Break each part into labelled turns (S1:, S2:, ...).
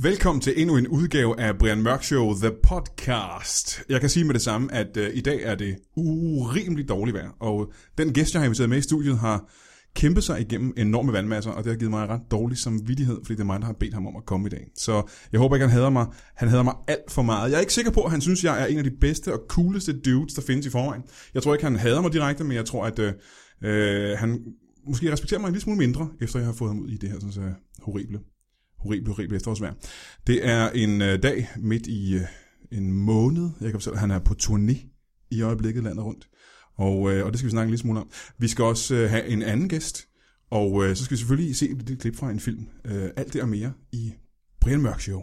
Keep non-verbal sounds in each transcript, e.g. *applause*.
S1: Velkommen til endnu en udgave af Brian Mørk Show The Podcast. Jeg kan sige med det samme, at øh, i dag er det urimeligt dårligt vejr, og den gæst, jeg har inviteret med i studiet, har kæmpet sig igennem enorme vandmasser, og det har givet mig en ret dårlig samvittighed, fordi det er mig, der har bedt ham om at komme i dag. Så jeg håber ikke, han hader mig. Han hader mig alt for meget. Jeg er ikke sikker på, at han synes, jeg er en af de bedste og cooleste dudes, der findes i forvejen. Jeg tror ikke, han hader mig direkte, men jeg tror, at øh, øh, han måske respekterer mig en lille smule mindre, efter jeg har fået ham ud i det her sådan, så horrible horrible, horrible efterårsvejr. Det er en øh, dag midt i øh, en måned. Jeg kan fortælle, at han er på turné i øjeblikket landet rundt. Og, øh, og det skal vi snakke en lille smule om. Vi skal også øh, have en anden gæst. Og øh, så skal vi selvfølgelig se et lille klip fra en film. Øh, alt det og mere i Brian Mørk Show.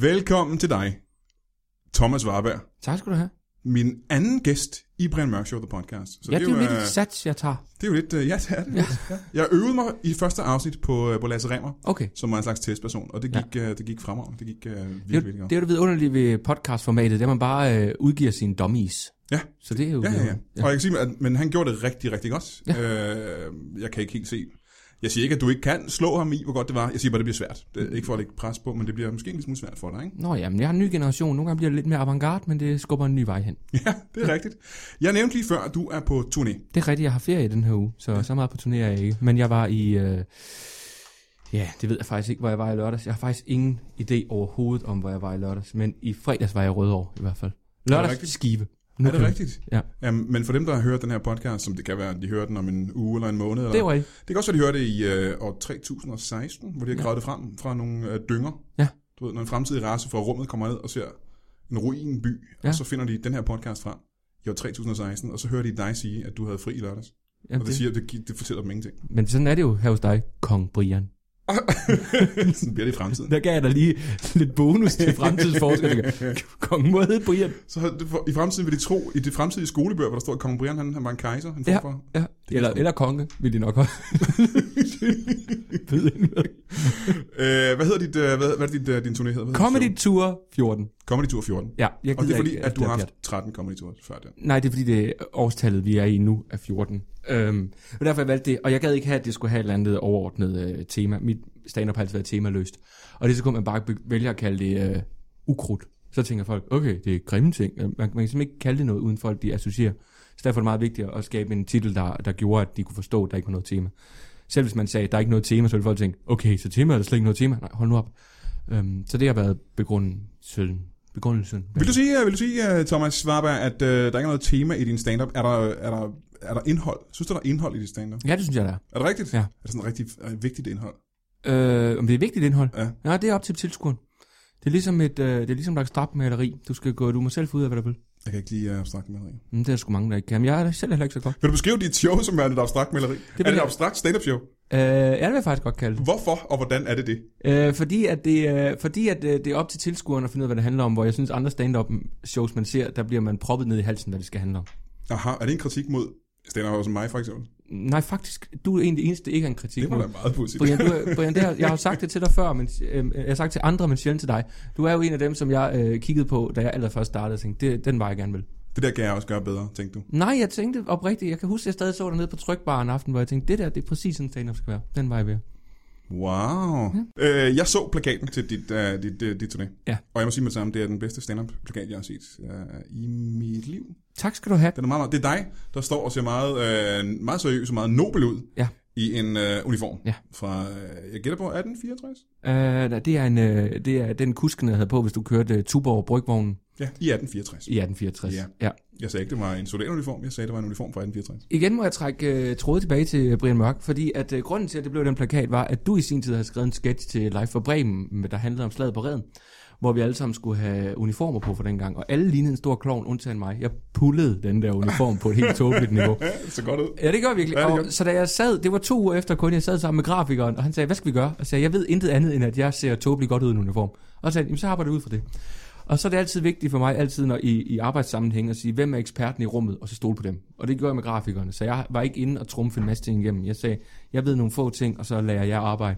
S1: Velkommen til dig, Thomas Warberg.
S2: Tak skal du have.
S1: Min anden gæst i Brian Mørk Show, The Podcast. Så
S2: Ja, det er jo lidt
S1: øh,
S2: et sats, jeg tager.
S1: det er jo lidt... øh, Ja, det er det. Ja. Jeg øvede mig i første afsnit på, øh, på Lasse Remmer,
S2: Okay.
S1: som var en slags testperson, og det
S2: Ja.
S1: gik, ja. det gik fremragende. Det gik øh, virkelig,
S2: Det er,
S1: virkelig
S2: jo-
S1: godt.
S2: det er jo det vidunderlige ved podcastformatet, det er, at man bare øh, udgiver sine dummies.
S1: Ja.
S2: Så det er jo...
S1: Ja, ja, ja.
S2: ja.
S1: Og jeg kan sige, at, men han gjorde det rigtig, rigtig godt. Ja. Øh, jeg kan ikke helt se. Jeg siger ikke, at du ikke kan slå ham i, hvor godt det var. Jeg siger bare, at det bliver svært. Det er ikke for at lægge pres på, men det bliver måske en lille smule svært for dig, ikke? *laughs*
S2: Nå ja, men jeg er en ny generation. Nogle gange bliver det lidt mere avantgarde, men det skubber en ny vej hen.
S1: Ja, det er ja. rigtigt. Jeg nævnte lige før, at du er på turné.
S2: Det er rigtigt, jeg har ferie i den her uge, så så meget på turné er jeg ikke. Men jeg var i... Øh, ja, det ved jeg faktisk ikke, hvor jeg var i lørdags. Jeg har faktisk ingen idé overhovedet om, hvor jeg var i lørdags. Men i fredags var jeg i Rødovre i hvert fald.
S1: rigtigt?
S2: Lørdags Skive. Nu
S1: er det
S2: kan-
S1: rigtigt?
S2: Ja.
S1: Jamen, men for dem, der har hørt den her podcast, som det kan være, at de hører den om en uge eller en måned. Eller,
S2: Det var I.
S1: det kan også være, de hørte det i øh, år 3016, hvor de har gravet ja. det frem fra nogle øh, dynger.
S2: Ja.
S1: Du ved, når en fremtidig race fra rummet kommer ned og ser en ruinby, ja.
S2: Ja.
S1: og så finder de den her podcast frem i år 3016, og så hører de dig sige, at du havde fri i lørdags. Og
S2: Jamen,
S1: det,
S2: det,
S1: siger, det, gi- det fortæller dem ingenting. *laughs*
S2: men sådan er det jo her hos dig, Kong Brian.
S1: Sådan bliver det i fremtiden.
S2: Der gav jeg dig lige lidt bonus til *laughs* fremtidsforskere. Kongen må hedde Brian.
S1: Så har- det- for- i fremtiden vil de tro, i det fremtidige skolebøger, hvor der står, at kong Brian han, han var en kejser, han ja. for.
S2: Ja, eller, eller konge, vil de nok også. *laughs* Ved ikke hvad.
S1: Øh, hvad hedder dit, øh, hvad, hvad er dit, øh, din turné hedder? Hvad hedder
S2: Comedy
S1: dit
S2: Tour 14.
S1: show? Comedy Tour 14.
S2: Ja, jeg
S1: Og det er
S2: gider
S1: fordi,
S2: ikke, øh,
S1: at du
S2: det
S1: har
S2: er
S1: haft 13 Comedy Tours før den.
S2: pjat. Nej, det er fordi, det er årstallet, vi er i nu, er 14. Øhm, og derfor jeg valgte det. Og jeg gad ikke have, at det skulle have et eller andet overordnet øh, tema. Mit stand-up har altid været temaløst. Og det så kunne man bare be- vælge at kalde det øh, ukrudt. Så tænker folk, okay, det er grimme ting. Øh, Man, man kan simpelthen ikke kalde det noget, uden folk de associerer. Så derfor er det meget vigtigt at skabe en titel, der, der gjorde, at de kunne forstå, at der ikke var noget tema. Selv hvis man sagde, at der er ikke noget tema, så ville folk tænke, okay, så tema er der slet ikke noget tema. Nej, hold nu op. Øhm, så det har været begrundelsen. begrundelsen.
S1: Vil du sige, øh, vil du sige øh, Thomas Svarberg, at øh, der ikke er noget tema i din stand-up? Er der, er, der, er der indhold? Synes du, der er indhold i dit stand-up?
S2: Ja, det synes jeg, der er.
S1: Er det rigtigt?
S2: Ja.
S1: Er det sådan rigtig øh, vigtigt indhold?
S2: Øh, om det er vigtigt indhold?
S1: Ja.
S2: Nej, det er op til tilskueren. Det er ligesom et, øh, det er ligesom et strapmaleri. Du skal gå, du må selv få ud af, hvad du vil.
S1: Jeg kan ikke lige øh, abstrakt maleri.
S2: Mm, det er der sgu mange, der ikke kan. Men jeg er selv heller ikke så godt.
S1: Vil du beskrive dit show som værende et abstrakt maleri? Det
S2: vil
S1: er det et
S2: jeg-
S1: abstrakt stand-up show?
S2: Øh, ja, det vil jeg faktisk godt kalde det.
S1: Hvorfor og hvordan er det det?
S2: Øh, fordi at, det, øh, fordi at øh, det er op til tilskueren at finde ud af, hvad det handler om. Hvor jeg synes, andre stand-up shows, man ser, der bliver man proppet ned i halsen, hvad det skal handle om.
S1: Aha, er det en kritik mod stand som mig, for eksempel?
S2: Nej, faktisk, du er en af de eneste, der ikke har en kritik.
S1: Det var
S2: mod.
S1: da meget positivt.
S2: Brian, du, er- Brian det har, jeg har jo sagt det til dig før, men øh, jeg har sagt til andre, men sjældent til dig. Du er jo en af dem, som jeg øh, kiggede på, da jeg allerførst startede og tænkte, det, den var jeg gerne vil.
S1: Det der kan jeg også gøre bedre, tænkte du.
S2: Nej, jeg tænkte oprigtigt. Jeg kan huske, at jeg stadig så dernede på trykbaren en aften, hvor jeg tænkte, det der, det er præcis sådan, stand-up skal være. Den var jeg ved.
S1: Wow. Øh, jeg så plakaten til dit, uh, dit, uh, dit turné.
S2: Ja.
S1: Og jeg må sige med det samme, det er den bedste stand-up-plakat, jeg har set uh, i mit liv.
S2: Tak skal du have.
S1: Den er meget, meget, det er dig, der står og ser meget, uh, meget seriøs og meget nobel ud
S2: Ja.
S1: i en uh, uniform.
S2: Ja.
S1: Fra, uh, jeg gætter på, 1864?
S2: Øh, nej, det, er en, øh, det er den kusken, jeg havde på, hvis du kørte øh, Tuborg Brygvognen
S1: Ja, i 1864.
S2: i 1864.
S1: Ja.
S2: ja.
S1: Jeg sagde ikke, det var en soldateruniform. Jeg sagde, det var en uniform fra 1864.
S2: Igen må jeg trække øh, trådet tilbage til øh, Brian Mørk, fordi at øh, grunden til, at det blev den plakat, var, at du i sin tid havde skrevet en sketch til Live for Bremen, men der handlede om slaget på redden, hvor vi alle sammen skulle have uniformer på for dengang, og alle lignede en stor klovn, undtagen mig. Jeg pullede den der uniform på et helt tåbeligt niveau.
S1: Så godt ud.
S2: Ja, det gør virkelig.
S1: Ja, det
S2: Ja,
S1: gør
S2: og, så da jeg sad, det var to uger efter kun, jeg sad sammen med grafikeren, og han sagde, hvad skal vi gøre? Og jeg sagde, jeg ved intet andet, end at jeg ser tåbeligt godt ud i en uniform. Og så sagde han, "Jamen, så arbejder vi ud fra det. Og så er det altid vigtigt for mig, altid når i, i arbejdssammenhæng, at sige, hvem er eksperten i rummet, og så stole på dem. Og det gør jeg med grafikerne. Så jeg var ikke inde og trumfe en masse ting igennem. Jeg sagde, jeg ved nogle få ting, og så lader jeg jer arbejde.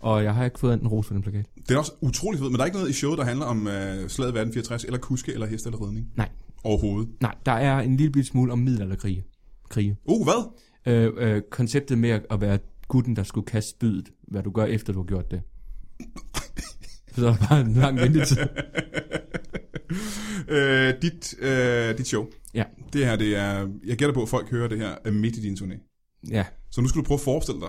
S2: Og jeg har ikke fået en ros for den plakat.
S1: Den er også utrolig fed, men der er ikke noget i showet, der handler om øh, slaget ved 1864, eller kuske, eller hest, eller ridning.
S2: Nej.
S1: Overhovedet.
S2: Nej, der er en lille bit smule om middelalderkrige. Krige.
S1: Uh, hvad?
S2: Øh, øh, konceptet med at- at være gutten, der skulle kaste spydet, hvad du gør efter, du har gjort det. Så er der bare en lang ventetid.
S1: Øh, dit, øh, dit show.
S2: Ja.
S1: Det her, det er... Jeg gætter på, at folk hører det her øh, midt i din turné.
S2: Ja.
S1: Så nu skal du prøve at forestille dig,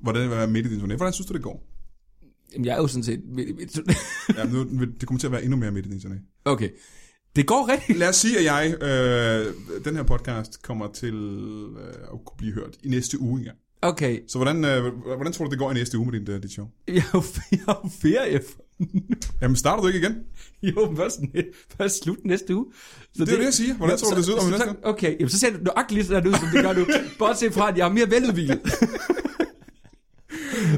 S1: hvordan det vil være midt i din turné. Hvordan synes du, det går? *laughs*
S2: Jamen, jeg er jo sådan set...
S1: Ja, nu, vil- det kommer til at være endnu mere midt i din turné.
S2: Okay. Det går rigtigt.
S1: Lad os sige, at jeg... Øh, den her podcast kommer til øh, at kunne blive hørt i næste uge engang.
S2: Okay.
S1: Så hvordan, øh, hvordan tror du, det går i næste uge med din, øh, dit show?
S2: Jeg er jo, jeg er jo ferie.
S1: Jamen, starter du ikke igen?
S2: Jo, først, først slut næste uge. Så
S1: Det er jo det, jeg siger. Hvordan tror du, det ser ud om
S2: så-
S1: næste
S2: så-
S1: uge?
S2: Okay, jamen, så ser det nøjagtigt lige sådan ud, som det gør nu. Bortset fra, at jeg er mere veludviklet.
S1: *laughs*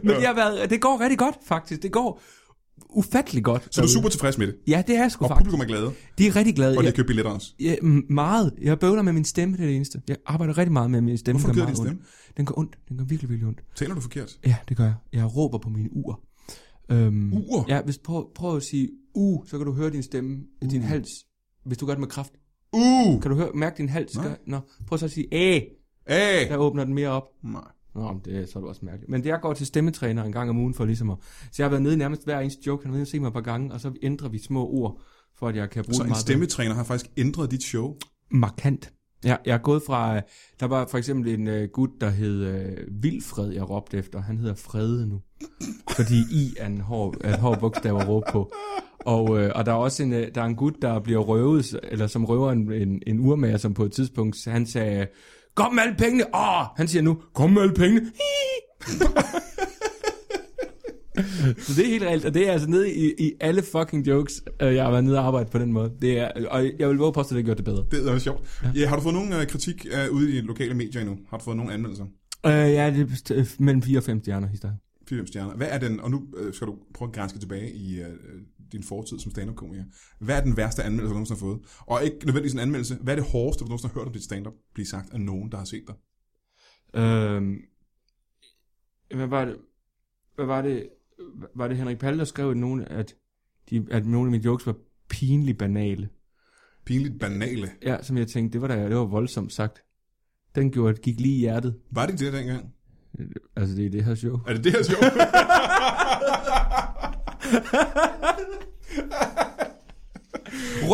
S2: Men det, har været, det går rigtig godt, faktisk. Det går ufattelig godt.
S1: Så du er super tilfreds med det.
S2: Ja, det er jeg sgu
S1: Og
S2: faktisk.
S1: publikum er glade,
S2: De er rigtig glade.
S1: og de
S2: Jeg,
S1: har købt billetter også.
S2: jeg, mm, meget. Jeg bøvler med min stemme, det er det eneste. Jeg arbejder rigtig meget med min stemme.
S1: Hvorfor
S2: den er
S1: gider din
S2: meget Ondt. Den går ondt. Den går virkelig, virkelig ondt.
S1: Taler du forkert?
S2: Ja, det gør jeg. Jeg råber på mine ur. Øhm,
S1: Ur?
S2: Ja, hvis prøv, prøv at sige u, uh, så kan du høre din stemme, uh. din hals. Hvis du gør det med kraft.
S1: Uh!
S2: Kan du høre, mærke din hals?
S1: Nej.
S2: Gør, nå, prøv så at sige æ.
S1: Æh!
S2: Der åbner den mere op.
S1: Nej.
S2: Nå, men det er så er det også mærkeligt. Men det, jeg går til stemmetræner en gang om ugen for ligesom at... Så jeg har været nede i nærmest hver eneste joke. Han har været nede og se mig et par gange, og så ændrer vi små ord, for at jeg kan bruge
S1: Så
S2: det
S1: en
S2: meget bedre.
S1: stemmetræner har faktisk ændret dit show.
S2: markant. Ja, jeg er gået fra, øh, der var for eksempel en øh, gut, der hed øh, Vilfred, jeg råbte efter. Han hedder Frede nu, fordi I er en hård, er en hård bogstav at råbe på. Og, øh, og der er også en, øh, der er en gut, der bliver røvet, s- eller som røver en, en, en urmager, som på et tidspunkt, s- han sagde, kom med alle pengene, åh, han siger nu, kom med alle pengene, Hi! Så det er helt reelt, og det er altså nede i, i alle fucking jokes, øh, jeg har været nede og arbejde på den måde. Det er, og jeg vil våge at påstå, at det har gjort det bedre.
S1: Det er sjovt. Ja. Ja, har du fået nogen øh, kritik øh, ude i de lokale medier endnu? Har du fået nogen anmeldelser?
S2: Øh, ja, det er best- øh, mellem 4 og 5 stjerner i stedet.
S1: 4 stjerner. Hvad er den, og nu øh, skal du prøve at grænske tilbage i øh, din fortid som stand-up-komiker. Hvad er den værste anmeldelse, du nogensinde har fået? Og ikke nødvendigvis en anmeldelse. Hvad er det hårdeste, du nogensinde har hørt om dit stand-up blive sagt af nogen, der har set dig?
S2: Øh, hvad var det? Hvad var det? Var det Henrik Palle, der skrev, at nogle, at, de, at nogle af mine jokes var pinligt banale?
S1: Pinligt banale.
S2: Ja, som jeg tænkte, det var da, det var voldsomt sagt. Den gjorde, gik lige i hjertet.
S1: Var det det dengang?
S2: Altså, det er det her
S1: *laughs*
S2: show.
S1: Er det det her sjovt?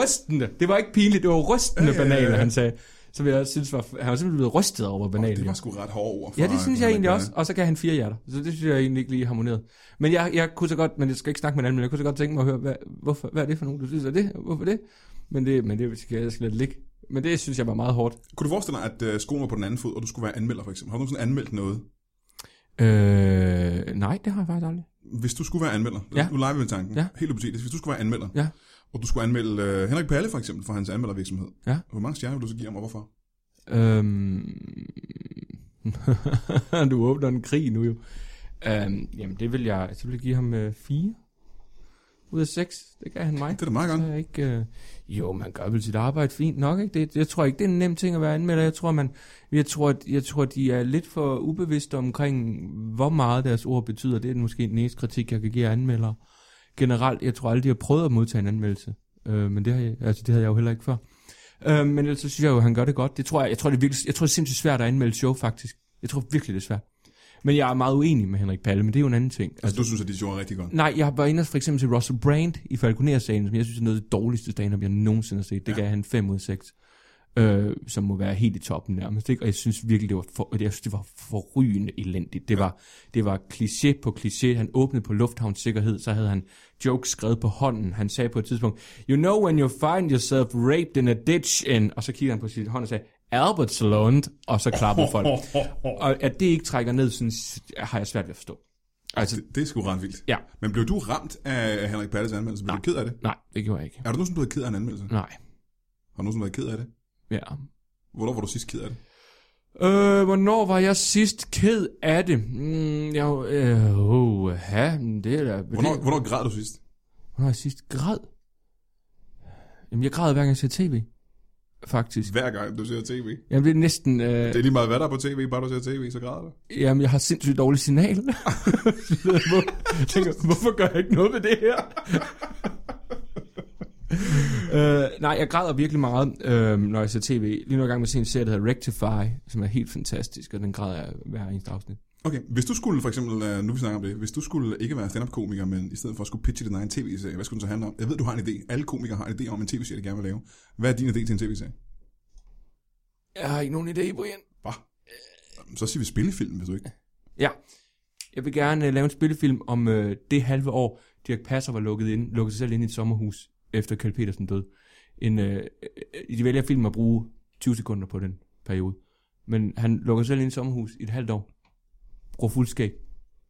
S2: Rystende! Det var ikke pinligt, det var rystende
S1: Ja, ja, ja,
S2: banale,
S1: ja.
S2: han sagde. Som jeg også synes var, han var simpelthen blevet rystet over banale.
S1: det var sgu ret hårde ord.
S2: Ja,
S1: fra,
S2: det synes
S1: øh,
S2: jeg egentlig
S1: Henrik
S2: også. Og så kan han fire hjerter. Så det synes jeg egentlig ikke lige harmoneret. Men jeg, jeg kunne så godt, men jeg skal ikke snakke med en anden, men jeg kunne så godt tænke mig at høre, hvad, hvorfor, hvad er det for nogen, du synes er det? Hvorfor det? Men det, men det skal jeg skal lade ligge. Men det synes jeg var meget hårdt.
S1: Balle. Kunne du forestille dig, at øh, skoen var på den anden fod, og du skulle være anmelder for eksempel? Har du nogensinde anmeldt noget?
S2: Øh, nej, det har jeg faktisk aldrig.
S1: Hvis du skulle være anmelder,
S2: Ja.
S1: ja. nu leger vi med tanken,
S2: Ja.
S1: ja. helt hypotetisk, hvis du skulle være anmelder,
S2: Ja.
S1: og du skulle anmelde øh, Henrik Palle for eksempel for hans anmeldervirksomhed,
S2: Ja.
S1: hvor mange stjerner vil du så give ham, og hvorfor?
S2: Øhm, *laughs* du åbner en krig nu jo. Øhm, jamen, det vil jeg, så vil jeg give ham øh, fire ud af seks. Det gav han mig.
S1: Det er da meget godt.
S2: Så er jeg ikke, øh, jo, man gør vel sit arbejde fint nok, ikke? Det, jeg tror ikke, det er en nem ting at være anmelder. Jeg tror, man, jeg tror, at- jeg tror, de er lidt for ubevidste omkring, hvor meget deres ord betyder. Det er måske den eneste kritik, jeg kan give anmeldere. Generelt, jeg tror aldrig, de har prøvet at modtage en anmeldelse. Øh, men det, har jeg, altså, det havde jeg jo heller ikke før. Øh, men ellers så synes jeg jo, at han gør det godt. Det tror jeg, jeg tror, det er, virkelig, jeg tror, det er sindssygt svært at anmelde show, faktisk. Jeg tror virkelig, det er svært. Men jeg er meget uenig med Henrik Palle, men det er jo en anden ting.
S1: Altså, du synes, at de gjorde rigtig godt.
S2: Nej, jeg var inde og for eksempel til Russell Brand i Falconer-sagen, som jeg synes er noget af det dårligste stand-up, jeg nogensinde har set. Det
S1: Ja.
S2: gav han 5 ud af 6, øh, som må være helt i toppen nærmest. Ikke? Og jeg synes virkelig, det var, for, jeg synes, det var forrygende elendigt. Det var, det var kliché på kliché. Han åbnede på lufthavnssikkerhed, så havde han jokes skrevet på hånden. Han sagde på et tidspunkt, You know when you find yourself raped in a ditch in... Og så kiggede han på sin hånd og sagde, Albert Salond, og så klappede folk. Og at det ikke trækker ned, synes, har jeg svært ved at forstå. Altså,
S1: Det, det er sgu ret vildt.
S2: Ja.
S1: Men blev du ramt af Henrik Palles anmeldelse? Blev du ked af det?
S2: nej, det gjorde jeg ikke.
S1: Er du nogensinde blevet ked af en anmeldelse?
S2: Nej.
S1: Har du nogensinde været ked af det?
S2: Ja.
S1: Hvornår var du sidst ked af det?
S2: Øh, hvornår var jeg sidst ked af det? Mm, jeg, øh, oh, ha, det er da...
S1: Hvornår,
S2: det,
S1: hvornår græd du sidst?
S2: hvornår jeg sidst græd? Jamen, jeg græder hver gang jeg ser tv, faktisk.
S1: Hver gang du ser tv.
S2: Jamen, det er næsten... Øh,
S1: Det er lige meget, hvad der er på tv, bare du ser tv, så græder du.
S2: Jamen, jeg har sindssygt dårligt signal. Hvor, jeg tænker, hvorfor gør jeg ikke noget ved det her? øh, nej, jeg græder virkelig meget, øh, når jeg ser tv. Lige nu er jeg i gang med at se en serie, der hedder Rectify, som er helt fantastisk, og den græder jeg hver eneste afsnit.
S1: Okay, hvis du skulle for eksempel, øh, nu vi snakker om det, hvis du skulle ikke være stand-up-komiker, men i stedet for at skulle pitche din egen tv-serie, hvad skulle den så handle om? Jeg ved, du har en idé. Alle komikere har en idé om en tv-serie, de gerne vil lave. Hvad er din idé til en tv-serie?
S2: Jeg har ikke nogen idé, Brian.
S1: Hvad? Jamen, Så siger vi spillefilm, hvis du ikke.
S2: Ja, jeg vil gerne øh, lave en spillefilm om øh, det halve år, Dirk Passer var lukket, ind, lukket sig selv ind i et sommerhus, efter Kjell Petersen døde. En, øh, øh, de vælger film at bruge 20 sekunder på den periode. Men han lukker sig selv ind i et sommerhus i et halvt år, bruger fuld skæg,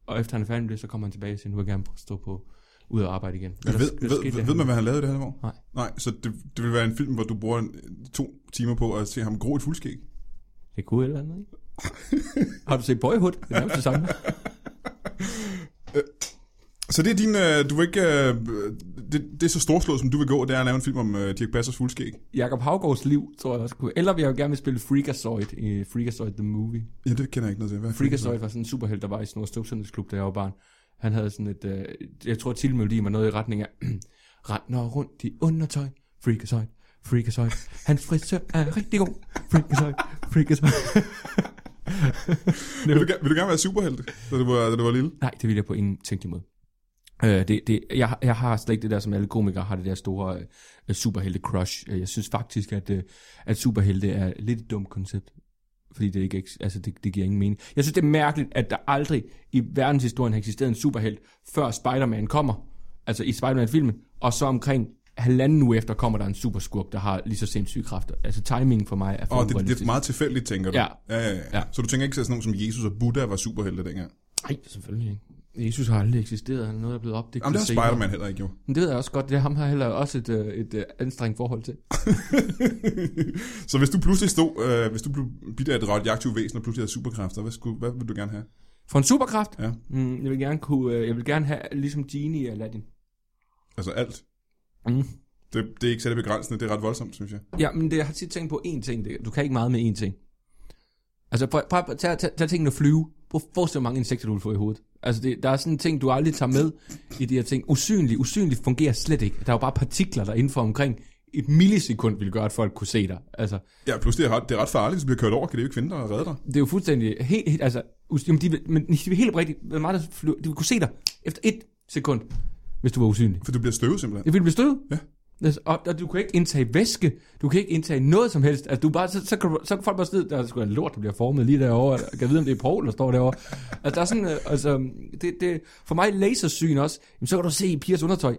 S2: og efter han er færdig med det, så kommer han tilbage og siger, nu vil jeg gerne stå på ud og arbejde igen.
S1: Jeg
S2: Der-
S1: ved,
S2: der
S1: ved,
S2: skete
S1: ved,
S2: det,
S1: ved,
S2: han-
S1: man, hvad han lavede i det halve år?
S2: Nej.
S1: Nej, så det, det vil være en film, hvor du bruger en, to timer på at se ham gro et fuldskæg.
S2: Det kunne et eller andet, ikke? *laughs* Har du set Boyhood? Det er nærmest det samme.
S1: Så det er din, øh, du vil ikke, øh, det, det er så storslået, som du vil gå, det er at lave en film om øh, Dirk Bassers fuldskæg.
S2: Jakob Havgårds liv, tror jeg også kunne. Eller vil jeg jo gerne vil spille Freakazoid i Freakazoid The Movie.
S1: Ja, det kender jeg ikke noget til. Hvad er
S2: Freakazoid var sådan en superhelt, der var i Snor Stubsendes klub, da jeg var barn. Han havde sådan et, øh, jeg tror tilmelodien var noget i retning af, *clears throat* render rundt i undertøj, Freakazoid, Freakazoid. Hans frisør er rigtig god, Freakazoid, Freakazoid.
S1: Vil du, gerne- vil du gerne være superhelt, da du var, da du var lille?
S2: Nej, det vil jeg på ingen tænkelig måde. Øh, det, det, jeg, har- jeg har slet ikke det der, som alle komikere har, det der store øh, superhelte-crush. Øh, Jeg synes faktisk, at, øh, at superhelte er lidt et dumt koncept. Fordi det, ikke, eks- altså det, det giver ingen mening. Jeg synes, det er mærkeligt, at der aldrig i verdenshistorien har eksisteret en superhelt, før Spider-Man kommer. Altså i Spider-Man-filmen. Og så omkring halvanden uge efter kommer der en superskurk, der har lige så sindssyge kræfter. Altså timingen for mig er for
S1: Åh, oh, det, det er
S2: urealistisk.
S1: meget tilfældigt, tænker du.
S2: Ja.
S1: Ja, ja, ja.
S2: Ja.
S1: ja. Så du tænker ikke, at sådan nogen som Jesus og Buddha var superhelte dengang?
S2: Nej, selvfølgelig ikke. Jesus har aldrig eksisteret. Han er noget, der er blevet opdigtet
S1: Jamen, det har
S2: senere.
S1: Spider-Man heller ikke, jo. *laughs*
S2: Men det ved jeg også godt, det er ham har heller også et, øh, et øh, anstrengt forhold til.
S1: Så hvis du pludselig stod, øh, hvis du blev bidt af et radioaktivt væsen og pludselig havde superkræfter, hvad, skulle, hvad ville du gerne have?
S2: For en superkraft?
S1: Ja.
S2: Mm, jeg vil gerne kunne, øh, jeg vil gerne have ligesom Genie i Aladdin.
S1: Altså alt.
S2: Mm.
S1: Det, det er ikke særlig begrænsende, det er ret voldsomt, synes jeg.
S2: Ja, men det, jeg har tit tænkt på én ting. Det, du kan ikke meget med én ting. Altså, prøv, prøv, prøv tag, tag, tag tingene at flyve. Prøv at forestille, hvor mange insekter du vil få i hovedet. Altså, det, der er sådan en ting, du aldrig tager med i de her ting. Usynlig, usynlig fungerer slet ikke. Der er jo bare partikler, der inden for omkring et millisekund ville gøre, at folk kunne se dig. Altså,
S1: Ja, pludselig er det ret, det er ret farligt, hvis du bliver kørt over, kan det jo ikke finde dig og redde dig.
S2: Det er jo fuldstændig helt, helt altså, us- jamen, de, vil- men de vil helt rigtigt, det er meget, der flyver, de vil kunne se dig efter et sekund, hvis du var usynlig.
S1: For du bliver støvet simpelthen.
S2: Det ville blive stød.
S1: Ja.
S2: Altså, og, og, du kan ikke indtage væske, du kan ikke indtage noget som helst. Altså, du er bare, så, så, kan, du- så kan folk bare sidde, der er sgu en lort, der bliver formet lige derovre, jeg kan vide, om det er Paul, der står derovre. Altså, der er sådan, øh, altså, det, det, for mig lasersyn også, jamen, så kan du se i pigers undertøj,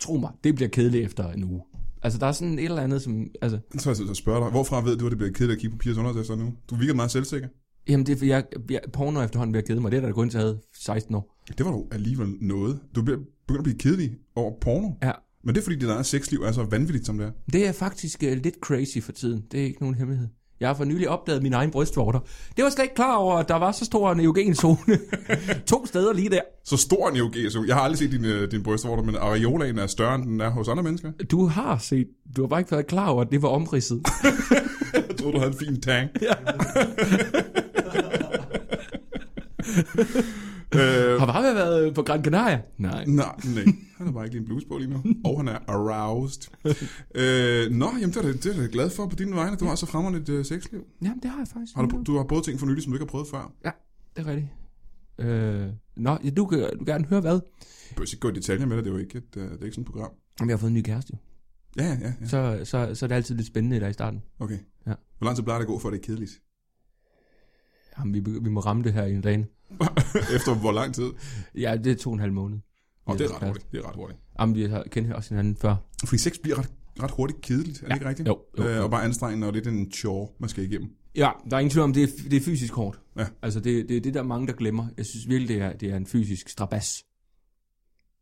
S2: tro mig, det bliver kedeligt efter en uge. Altså, der er sådan et eller andet, som, altså,
S1: Så jeg så spørger dig, hvorfra ved du, at det bliver kedeligt at kigge på pigers undertøjster nu? Du virker meget selvsikker.
S2: jamen, det er, for jeg, jeg porno efterhånden ved at kede mig, det er der kun til at have 16 år.
S1: Det var dog alligevel noget. Du bliver begyndt at blive kedelig over porno.
S2: Ja,
S1: Men det er fordi, dit eget sexliv er så vanvittigt, som det er.
S2: Det er faktisk øh, lidt crazy for tiden. Det er ikke nogen hemmelighed. Jeg har for nylig opdaget min egen brystvorter. Det var slet ikke klar over, at der var så stor en eugen
S1: *laughs*
S2: zone. to steder lige der.
S1: Så stor en E EUG, så jeg har aldrig set din, øh, din brystvorter, men areolaen er større, end den er hos andre mennesker.
S2: Du har set, du har bare ikke været klar over, at det var omridset.
S1: Jeg troede, du havde en fin tang. øh,
S2: har bare været øh, på Gran Canaria?
S1: nej,
S2: Nej.
S1: nej. Han har bare ikke lige en blues på lige nu. Og han er aroused. Øh, nå, jamen det er, da- det er da glad for på dine vegne. Du har så fremragende et øh, sexliv.
S2: Jamen, det har jeg faktisk.
S1: Har du, du har prøvet ting for nylig, som du ikke har prøvet før.
S2: Ja, det er rigtigt. Øh, nå, ja, du kan du gerne høre hvad?
S1: Du behøver ikke gå i detaljer med det, det er jo ikke, et, øh, det er ikke sådan et program.
S2: Jamen, jeg har fået en ny kæreste. jo.
S1: Ja, ja, ja.
S2: Så, så, så er det altid lidt spændende der i starten.
S1: Okay.
S2: Ja.
S1: Hvor lang tid plejer det at gå, før det er kedeligt? *laughs*
S2: Jamen, vi, begy- vi må ramme det her i en dag.
S1: Efter hvor lang tid?
S2: Ja, det er to og en halv måned.
S1: Og det er
S2: Ja,
S1: ret hurtigt. Det er ret hurtigt.
S2: Jamen, vi har kendt også hinanden før.
S1: Fordi sex bliver ret, ret hurtigt kedeligt, er det ja. ikke rigtigt?
S2: Jo, jo,
S1: Øh,
S2: jo.
S1: og bare anstrengende og lidt en chore, man skal igennem.
S2: Ja, der er ingen tvivl om, det er, det er fysisk hårdt.
S1: Ja.
S2: Altså, det, det er det, der er mange, der glemmer. Jeg synes virkelig, det er, det er en fysisk strabas,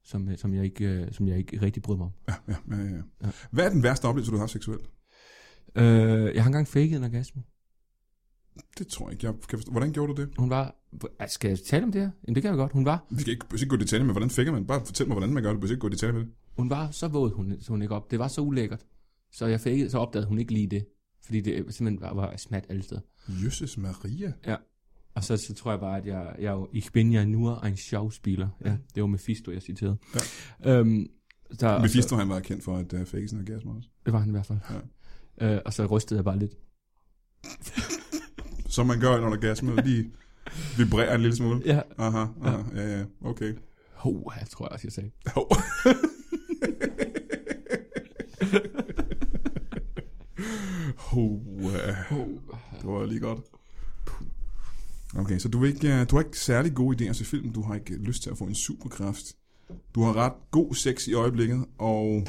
S2: som, øh, som, jeg ikke, øh, som jeg ikke rigtig bryder mig om.
S1: Ja, ja, ja, ja.
S2: Ja.
S1: Hvad er den værste oplevelse, du har haft seksuelt?
S2: Øh, jeg har engang faked en orgasme.
S1: Det tror jeg ikke, jeg kan forstå. Hvordan gjorde du det?
S2: Hun var... Ej, Skal jeg tale om det her? Jamen, det kan jeg godt. Hun var,
S1: Vi skal ikke, vi skal ikke gå i detaljer med, hvordan fik man? Bare fortæl mig, hvordan man gør det. Vi skal ikke gå i detaljer med det.
S2: hun var så våd, hun, så hun ikke op. Det var så ulækkert. Så jeg fakede, så opdagede hun ikke lige det. Fordi det øh, simpelthen var, var smat alle steder.
S1: Jesus Maria.
S2: Og så, så tror jeg bare, at jeg, jeg, jo- ich bin ja nur ein Schauspieler. Ja, det var Mephisto, jeg citerede. Ja. Øhm, der,
S1: Og Mephisto, han var kendt for, at uh, fake sin orgasme også.
S2: Det var han i hvert fald. Ja. Øh, og så rystede jeg bare lidt.
S1: Som man gør under orgasme,
S2: *laughs*
S1: lige vibrerer en lille smule.
S2: Ja.
S1: Aha, aha, ja, ja, okay.
S2: Ho, jeg tror jeg også, jeg sagde.
S1: Hov. Hov, øh, det var lige godt. Okay, så du, er ikke, øh, du har ikke særlig gode idéer til film. Du har ikke øh, lyst til at få en superkraft. Du har ret god sex i øjeblikket, og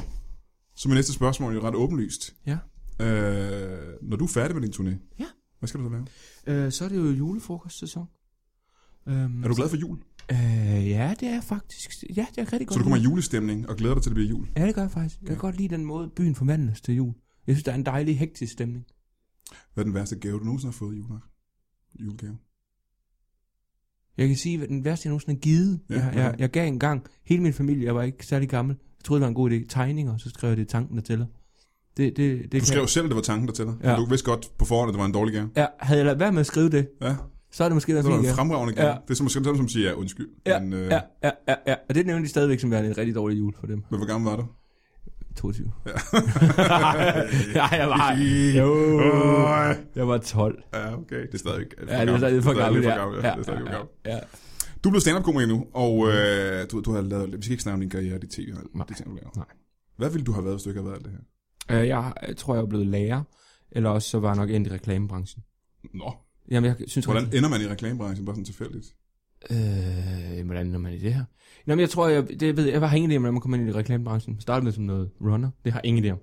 S1: så er næste spørgsmål jo ret åbenlyst.
S2: Ja.
S1: Øh, når du er færdig med din turné,
S2: Ja.
S1: hvad skal du så lave?
S2: Øh, så er det jo julefrokostsæson. Øhm,
S1: Er du glad for jul?
S2: Øh, ja, det er jeg faktisk. Ja, det er jeg rigtig godt.
S1: Så du kommer i
S2: lide.
S1: julestemning og glæder dig til, at det bliver jul.
S2: Ja, det gør jeg faktisk. Jeg kan godt lide den måde, byen forvandles til jul. Jeg synes, der er en dejlig hektisk stemning.
S1: Hvad er den værste gave, du nogensinde har fået i jule? julegave?
S2: Jeg kan sige, at den værste, jeg nogensinde har givet,
S1: Ja,
S2: ja, jeg, jeg,
S1: okay.
S2: jeg gav engang, hele min familie, jeg var ikke særlig gammel, jeg troede, det var en god idé, tegninger, så skrev jeg det er tanken, der tæller. Det, det, det
S1: Du
S2: kan-
S1: skrev selv, at det var tanken, der tæller. Ja.
S2: Ja.
S1: Du vidste godt på forhånd, at det var en dårlig gave.
S2: Ja, havde jeg ladet være med at skrive det,
S1: Ja,
S2: så er det måske der
S1: det var
S2: fint,
S1: en
S2: Altså, ja.
S1: fremragende gave. Ja.
S2: Ja.
S1: Det er som dem, som siger, ja, undskyld.
S2: Ja,
S1: Men, øh,
S2: Ja, ja, ja, ja. Og det er nemlig stadigvæk som værende en rigtig dårlig jul for dem.
S1: men hvor gammel var du?
S2: 22. Ja, *laughs* ja jeg var... Jo.
S1: Øj.
S2: Jeg var 12.
S1: *laughs* Ja, okay. Det er stadig for
S2: Ja, det var stadig for gammelt.
S1: Det er
S2: ja.
S1: stadig for gammelt, ja.
S2: Ja,
S1: Det er stadig for
S2: ja,
S1: gammelt.
S2: ja.
S1: Du er blevet stand-up-komiker nu, og øh, du, du har lavet... Vi skal ikke snakke om din karriere og dit tv og alt det ting, du laver.
S2: Nej.
S1: Hvad ville du have været, hvis du ikke havde været alt det her?
S2: Øh, Jeg øh, tror, jeg er blevet lærer, eller også så var jeg nok endt i reklamebranchen.
S1: Nå,
S2: Jamen, jeg synes
S1: hvordan
S2: rigtig-
S1: ender man i reklamebranchen bare sådan tilfældigt?
S2: Øh, hvordan når man i det her? Nå, men jeg tror, jeg, det ved, jeg- jeg har ingen idé om, hvordan man kommer ind i reklamebranchen. Jeg startede med som noget runner. Det har jeg ingen idé om.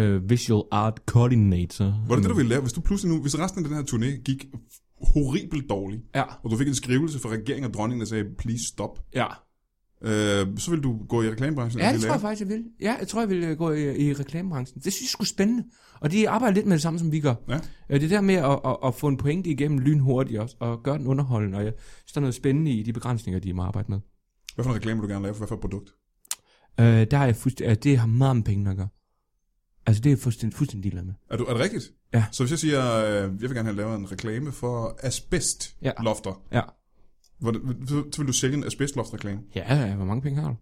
S2: Øh, visual art coordinator.
S1: Var det det, du ville lave, hvis du pludselig nu... Hvis resten af den her turné gik horribelt dårlig,
S2: Ja,
S1: og du fik en skrivelse fra regeringen og dronningen, der sagde, please stop,
S2: ja.
S1: øh, så ville du gå i reklamebranchen? og
S2: Ja,
S1: blive
S2: det tror
S1: lærer?
S2: jeg faktisk, jeg vil. Ja, jeg tror, jeg vil øh, gå i, i reklamebranchen. Det synes jeg skulle spændende. Og de arbejder lidt med det samme, som vi gør.
S1: Ja.
S2: Øh, Det der med at, at, at få en pointe igennem lynhurtigt også, og gøre den underholdende, og jeg synes, der er noget spændende i de begrænsninger, de må arbejde med.
S1: Hvad for en reklame vil du gerne lave for hvad for et produkt?
S2: Øh, der er jeg fuldstændig, øh, det har meget med penge at gøre. Altså, det er jeg fuldstændig, fuldstændig ligeglad med.
S1: Er, du, er det rigtigt?
S2: Ja.
S1: Så hvis jeg siger, øh, jeg vil gerne have lavet en reklame for
S2: Ja.
S1: asbestlofter,
S2: Ja.
S1: ja. så, så vil du sælge en asbestloftreklame.
S2: Ja, ja, hvor mange penge har du?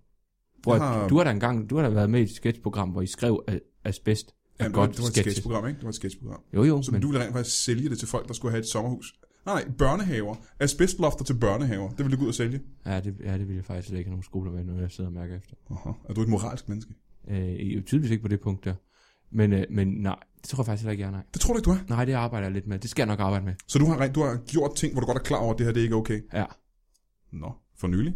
S2: Bror,
S1: Jeg har-
S2: du har da engang, du har da været med i et sketchprogram, hvor I skrev at asbest. Er
S1: Jamen,
S2: godt
S1: det var et
S2: sketches.
S1: sketchprogram, ikke? Det var et sketchprogram.
S2: Jo, jo,
S1: Så
S2: men
S1: men... du ville rent faktisk sælge det til folk, der skulle have et sommerhus. Nej, nej, børnehaver. Asbestlofter til børnehaver. Det vil du gå ud og sælge.
S2: ja, det, ja, det vil jeg faktisk slet ikke have nogen skoler med, når jeg sidder og mærker efter.
S1: Aha. Er du et moralsk menneske?
S2: Øh, I er jo tydeligvis ikke på det punkt der. Men, øh, men nej, det tror jeg faktisk heller ikke, jeg er, nej.
S1: Det tror du ikke, du er.
S2: Nej, det arbejder jeg lidt med. Det skal jeg nok arbejde med.
S1: Så du har, rent, du har gjort ting, hvor du godt er klar over, at det her det er ikke er okay.
S2: Ja.
S1: Nå, for nylig.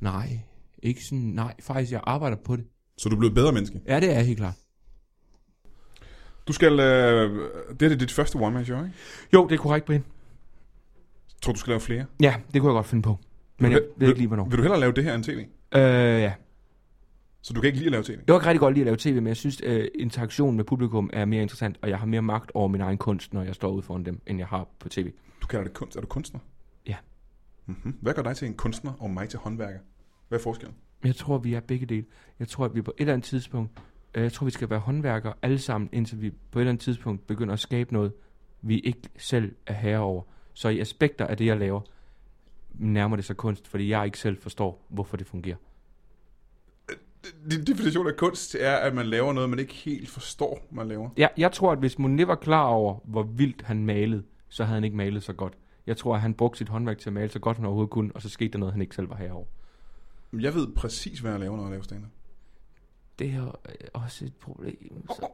S2: Nej, ikke sådan, nej, faktisk, jeg arbejder på det.
S1: Så du er blevet et bedre menneske.
S2: Ja, det er jeg helt klart.
S1: Du skal... Øh, det her det er dit første one-man show, ikke?
S2: Jo, det er korrekt, Brian.
S1: Tror du, du skal lave flere?
S2: Ja, det kunne jeg godt finde på. Men jeg ved ikke lige, hvornår.
S1: Vil du hellere lave det her end tv?
S2: Øh, ja.
S1: Så du kan ikke lige lave tv?
S2: Jeg kan rigtig godt lide at lave tv, men jeg synes, øh, interaktion med publikum er mere interessant, og jeg har mere magt over min egen kunst, når jeg står ude foran dem, end jeg har på tv.
S1: Du kalder det kunst. Er du kunstner?
S2: Ja.
S1: Mm-hmm. Hvad gør dig til en kunstner og mig til håndværker? Hvad er forskellen?
S2: Men Jeg tror, vi er begge dele. Jeg tror, at vi på et eller andet tidspunkt, øh, jeg tror, vi skal være håndværkere alle sammen, indtil vi på et eller andet tidspunkt begynder at skabe noget, vi ikke selv er herre over. Så i aspekter af det, jeg laver, nærmer det sig kunst, fordi jeg ikke selv forstår, hvorfor det fungerer.
S1: Øh, Din definition af kunst er, at man laver noget, man ikke helt forstår, man laver.
S2: Ja, jeg tror, at hvis Monet var klar over, hvor vildt han malede, så havde han ikke malet så godt. Jeg tror, at han brugte sit håndværk til at male så godt, han overhovedet kunne, og så skete der noget, han ikke selv var herover.
S1: Jeg ved præcis, hvad jeg laver, når jeg laver stand
S2: Det er øh, også et problem. Så.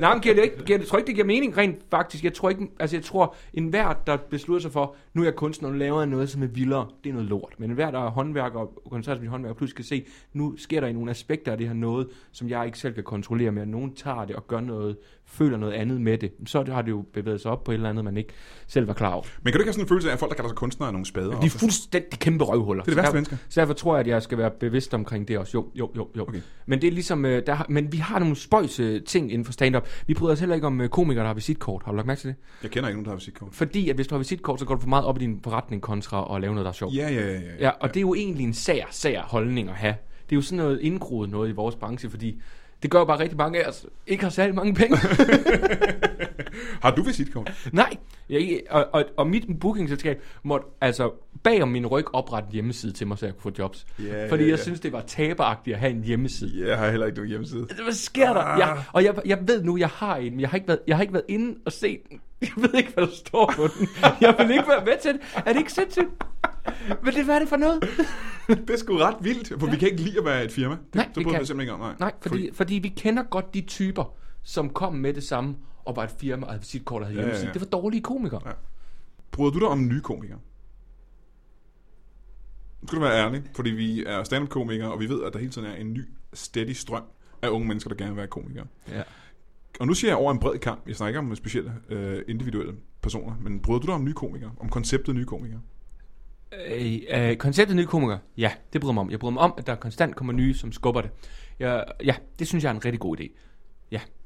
S2: Nej, men giver det ikke, giver det, tror ikke, det giver mening rent faktisk. Jeg tror ikke, altså jeg tror, enhver, der beslutter sig for, nu er jeg kunstner, nu laver jeg noget, som er vildere, det er noget lort. Men enhver, der er håndværker og koncentrerer sig om håndværk, pludselig kan se, nu sker der i nogle aspekter af det her noget, som jeg ikke selv kan kontrollere, men at nogen tager det og gør noget føler noget andet med det, så har det jo bevæget sig op på et eller andet, man ikke selv var klar over.
S1: Men kan du ikke have sådan en følelse af, at folk, der kalder sig kunstnere, er nogle spader?
S2: De er fuldstændig kæmpe røvhuller.
S1: Det er det
S2: Så
S1: værste
S2: der-
S1: mennesker.
S2: Så derfor tror jeg, at jeg skal være bevidst omkring det også. Jo, jo, jo, jo.
S1: Okay.
S2: Okay. Men det er ligesom, øh, der har, men vi har nogle spøjs øh, ting inden for stand-up. Vi bryder os heller ikke om øh, komikere, der har visitkort. Har du lagt mærke til det?
S1: Jeg kender ikke nogen, der har visitkort.
S2: Fordi at hvis du har visitkort, så går du for meget op i din forretning kontra at lave noget, der er sjovt.
S1: Ja, ja, ja. ja.
S2: Ja, og det er jo egentlig en sær, sær holdning at have. Det er jo sådan noget indgroet noget i vores branche, fordi det gør jo bare rigtig mange af os ikke har særlig mange penge.
S1: Har du visitkort?
S2: Nej, jeg, og, og, og mit bookingselskab måtte altså bag om min ryg oprette en hjemmeside til mig, så jeg kunne få jobs.
S1: Ja,
S2: fordi
S1: ja,
S2: jeg
S1: ja.
S2: synes, det var taberagtigt at have en hjemmeside.
S1: Ja, jeg har heller ikke nogen hjemmeside.
S2: Hvad sker der?
S1: Ah.
S2: Jeg, og jeg, jeg ved nu, jeg har en, men jeg har ikke været, jeg har ikke været inde og set den. Jeg ved ikke, hvad der står på den. Jeg vil ikke være med til det. Er det ikke sindssygt? Men det, hvad er det for noget?
S1: Det er sgu ret vildt, for vi kan ikke lide at være et firma. Det,
S2: Nej,
S1: det
S2: vi
S1: bryder
S2: kan-
S1: vi simpelthen ikke om. Nej,
S2: Nej, fordi, fordi vi kender godt de typer, som kom med det samme, og var et firma, og havde visitkort, og havde
S1: Ja, ja,
S2: hjemmeside. Ja,
S1: ja.
S2: Det var dårlige komikere.
S1: Ja. Bryder du dig om nye komikere? Nu skal du være ærlig, fordi vi er stand-up-komikere, og vi ved, at der hele tiden er en ny, steady strøm af unge mennesker, der gerne vil være komikere.
S2: Ja.
S1: Og nu siger jeg over en bred kamp. Jeg snakker ikke om specielle øh, individuelle personer, men bryder du dig om nye komikere? Om konceptet nye komikere?
S2: Øh, øh, konceptet nye komikere, ja, det bryder mig om. Jeg bryder mig om, at der konstant kommer nye, som skubber det. Jeg, ja, det synes jeg er en rigtig god idé.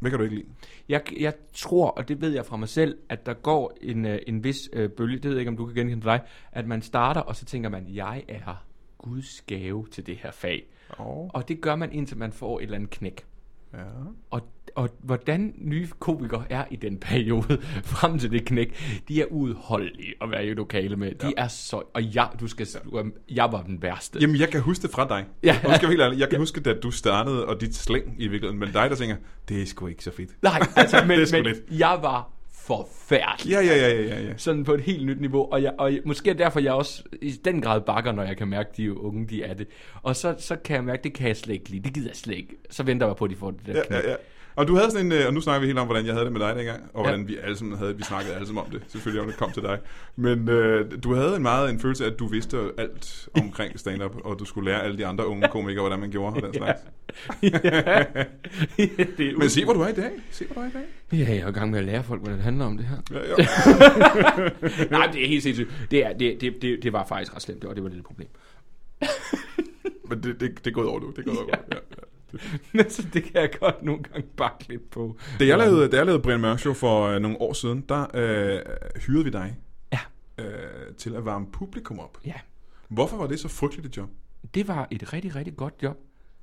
S1: Hvad kan du ikke lide?
S2: Jeg, jeg tror, og det ved jeg fra mig selv, at der går en, øh, en vis øh, bølge, det ved jeg ikke, om du kan genkende dig, at man starter, og så tænker man, jeg er Guds gave til det her fag.
S1: Oh.
S2: Og det gør man, indtil man får et eller andet knæk.
S1: Ja.
S2: Og, og hvordan nye komikere er i den *laughs* periode, frem til det knæk, de er uudholdelige at være i et lokale med. De er så... Og jeg, du skal... Du, er- jeg var den værste.
S1: Jamen, jeg kan huske det fra dig.
S2: Ja.
S1: Og nu skal jeg, være helt ærlig, jeg kan huske, da du startede, og dit slæng i virkeligheden, men dig, der tænker, det er sgu ikke så fedt.
S2: Nej, altså,
S1: *laughs*
S2: men,
S1: Det er sgu
S2: men jeg var forfærdelig.
S1: Ja, ja, ja, ja, ja. ja.
S2: Sådan på et helt nyt niveau. Og, jeg, og jeg, måske er derfor, jeg også i den grad bakker, når jeg kan mærke, de unge, de er det. Og så, så kan jeg mærke, det kan jeg slet ikke lide. Det gider jeg slet ikke. Så venter jeg på, at de får det der knæk.
S1: ja, ja, ja. Og du havde sådan en, øh, og nu snakker vi helt om, hvordan jeg havde det med dig dengang, og hvordan vi alle sammen havde, vi snakkede alle sammen om det, selvfølgelig om det kom til dig. Men øh, du havde en meget en følelse af, at du vidste alt omkring stand-up, og du skulle lære alle de andre unge komikere, hvordan man gjorde og den slags.
S2: *laughs* ja. det er
S1: Men se, hvor du er i dag. Se, hvor du er i dag.
S2: Ja, jeg er i gang med at lære folk, hvordan det handler om det
S1: *laughs*
S2: her.
S1: Ja, ja.
S2: Nej, det er helt sindssygt. Det, er, det, det, det, det var faktisk ret slemt, og det var lidt et problem. *laughs*
S1: Men det, det, det er gået over nu. Det er gået over. Ja. Ja.
S2: Men så det kan jeg godt nogle gange bakke lidt på.
S1: Da jeg lavede, da jeg lavede Brian Mørk Show for øh, nogle år siden, der øh, hyrede vi dig
S2: Ja.
S1: øh, til at varme publikum op.
S2: Ja,
S1: Hvorfor var det så frygteligt et job?
S2: det var et rigtig, rigtig godt job,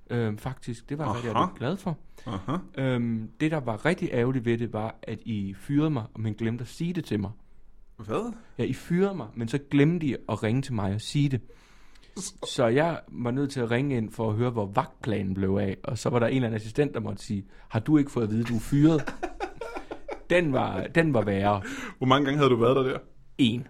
S2: øhm, faktisk. Det var jeg rigtig,
S1: Aha.
S2: rigtig glad for.
S1: Aha.
S2: Øhm, det, der var rigtig ærgerligt ved det, var, at I fyrede mig, men glemte at sige det til mig.
S1: Hvad?
S2: Ja, I fyrede mig, men så glemte I at ringe til mig og sige det. Så jeg var nødt til at ringe ind for at høre, hvor vagtplanen blev af. Og så var der en eller anden assistent, der måtte sige, har du ikke fået at vide, du er fyret? Den var, den var værre.
S1: Hvor mange gange havde du været der der?
S2: En.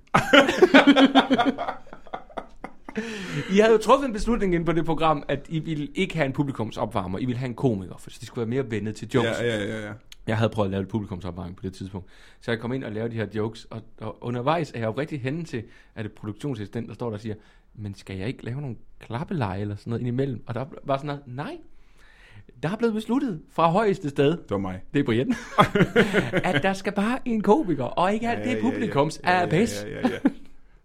S2: I havde jo truffet en beslutning inde på det program, at I ville ikke have en publikumsopvarmer, I ville have en komiker, for det skulle være mere vendet til jokes.
S1: Ja, ja, ja, ja.
S2: Jeg havde prøvet at lave et publikumsopvarmning på det tidspunkt. Så jeg kom ind og lavede de her jokes, og, og undervejs er jeg jo rigtig henne til, at et produktionsassistent, der står der og siger, men skal jeg ikke lave nogle klappeleje eller sådan noget indimellem? Og der var sådan noget, nej, der er blevet besluttet fra højeste sted,
S1: Det var mig.
S2: det er Brian, *laughs* at der skal bare en komiker, og ikke alt det publikums
S1: ja,
S2: er bedst.
S1: Ja, ja, *laughs* ja.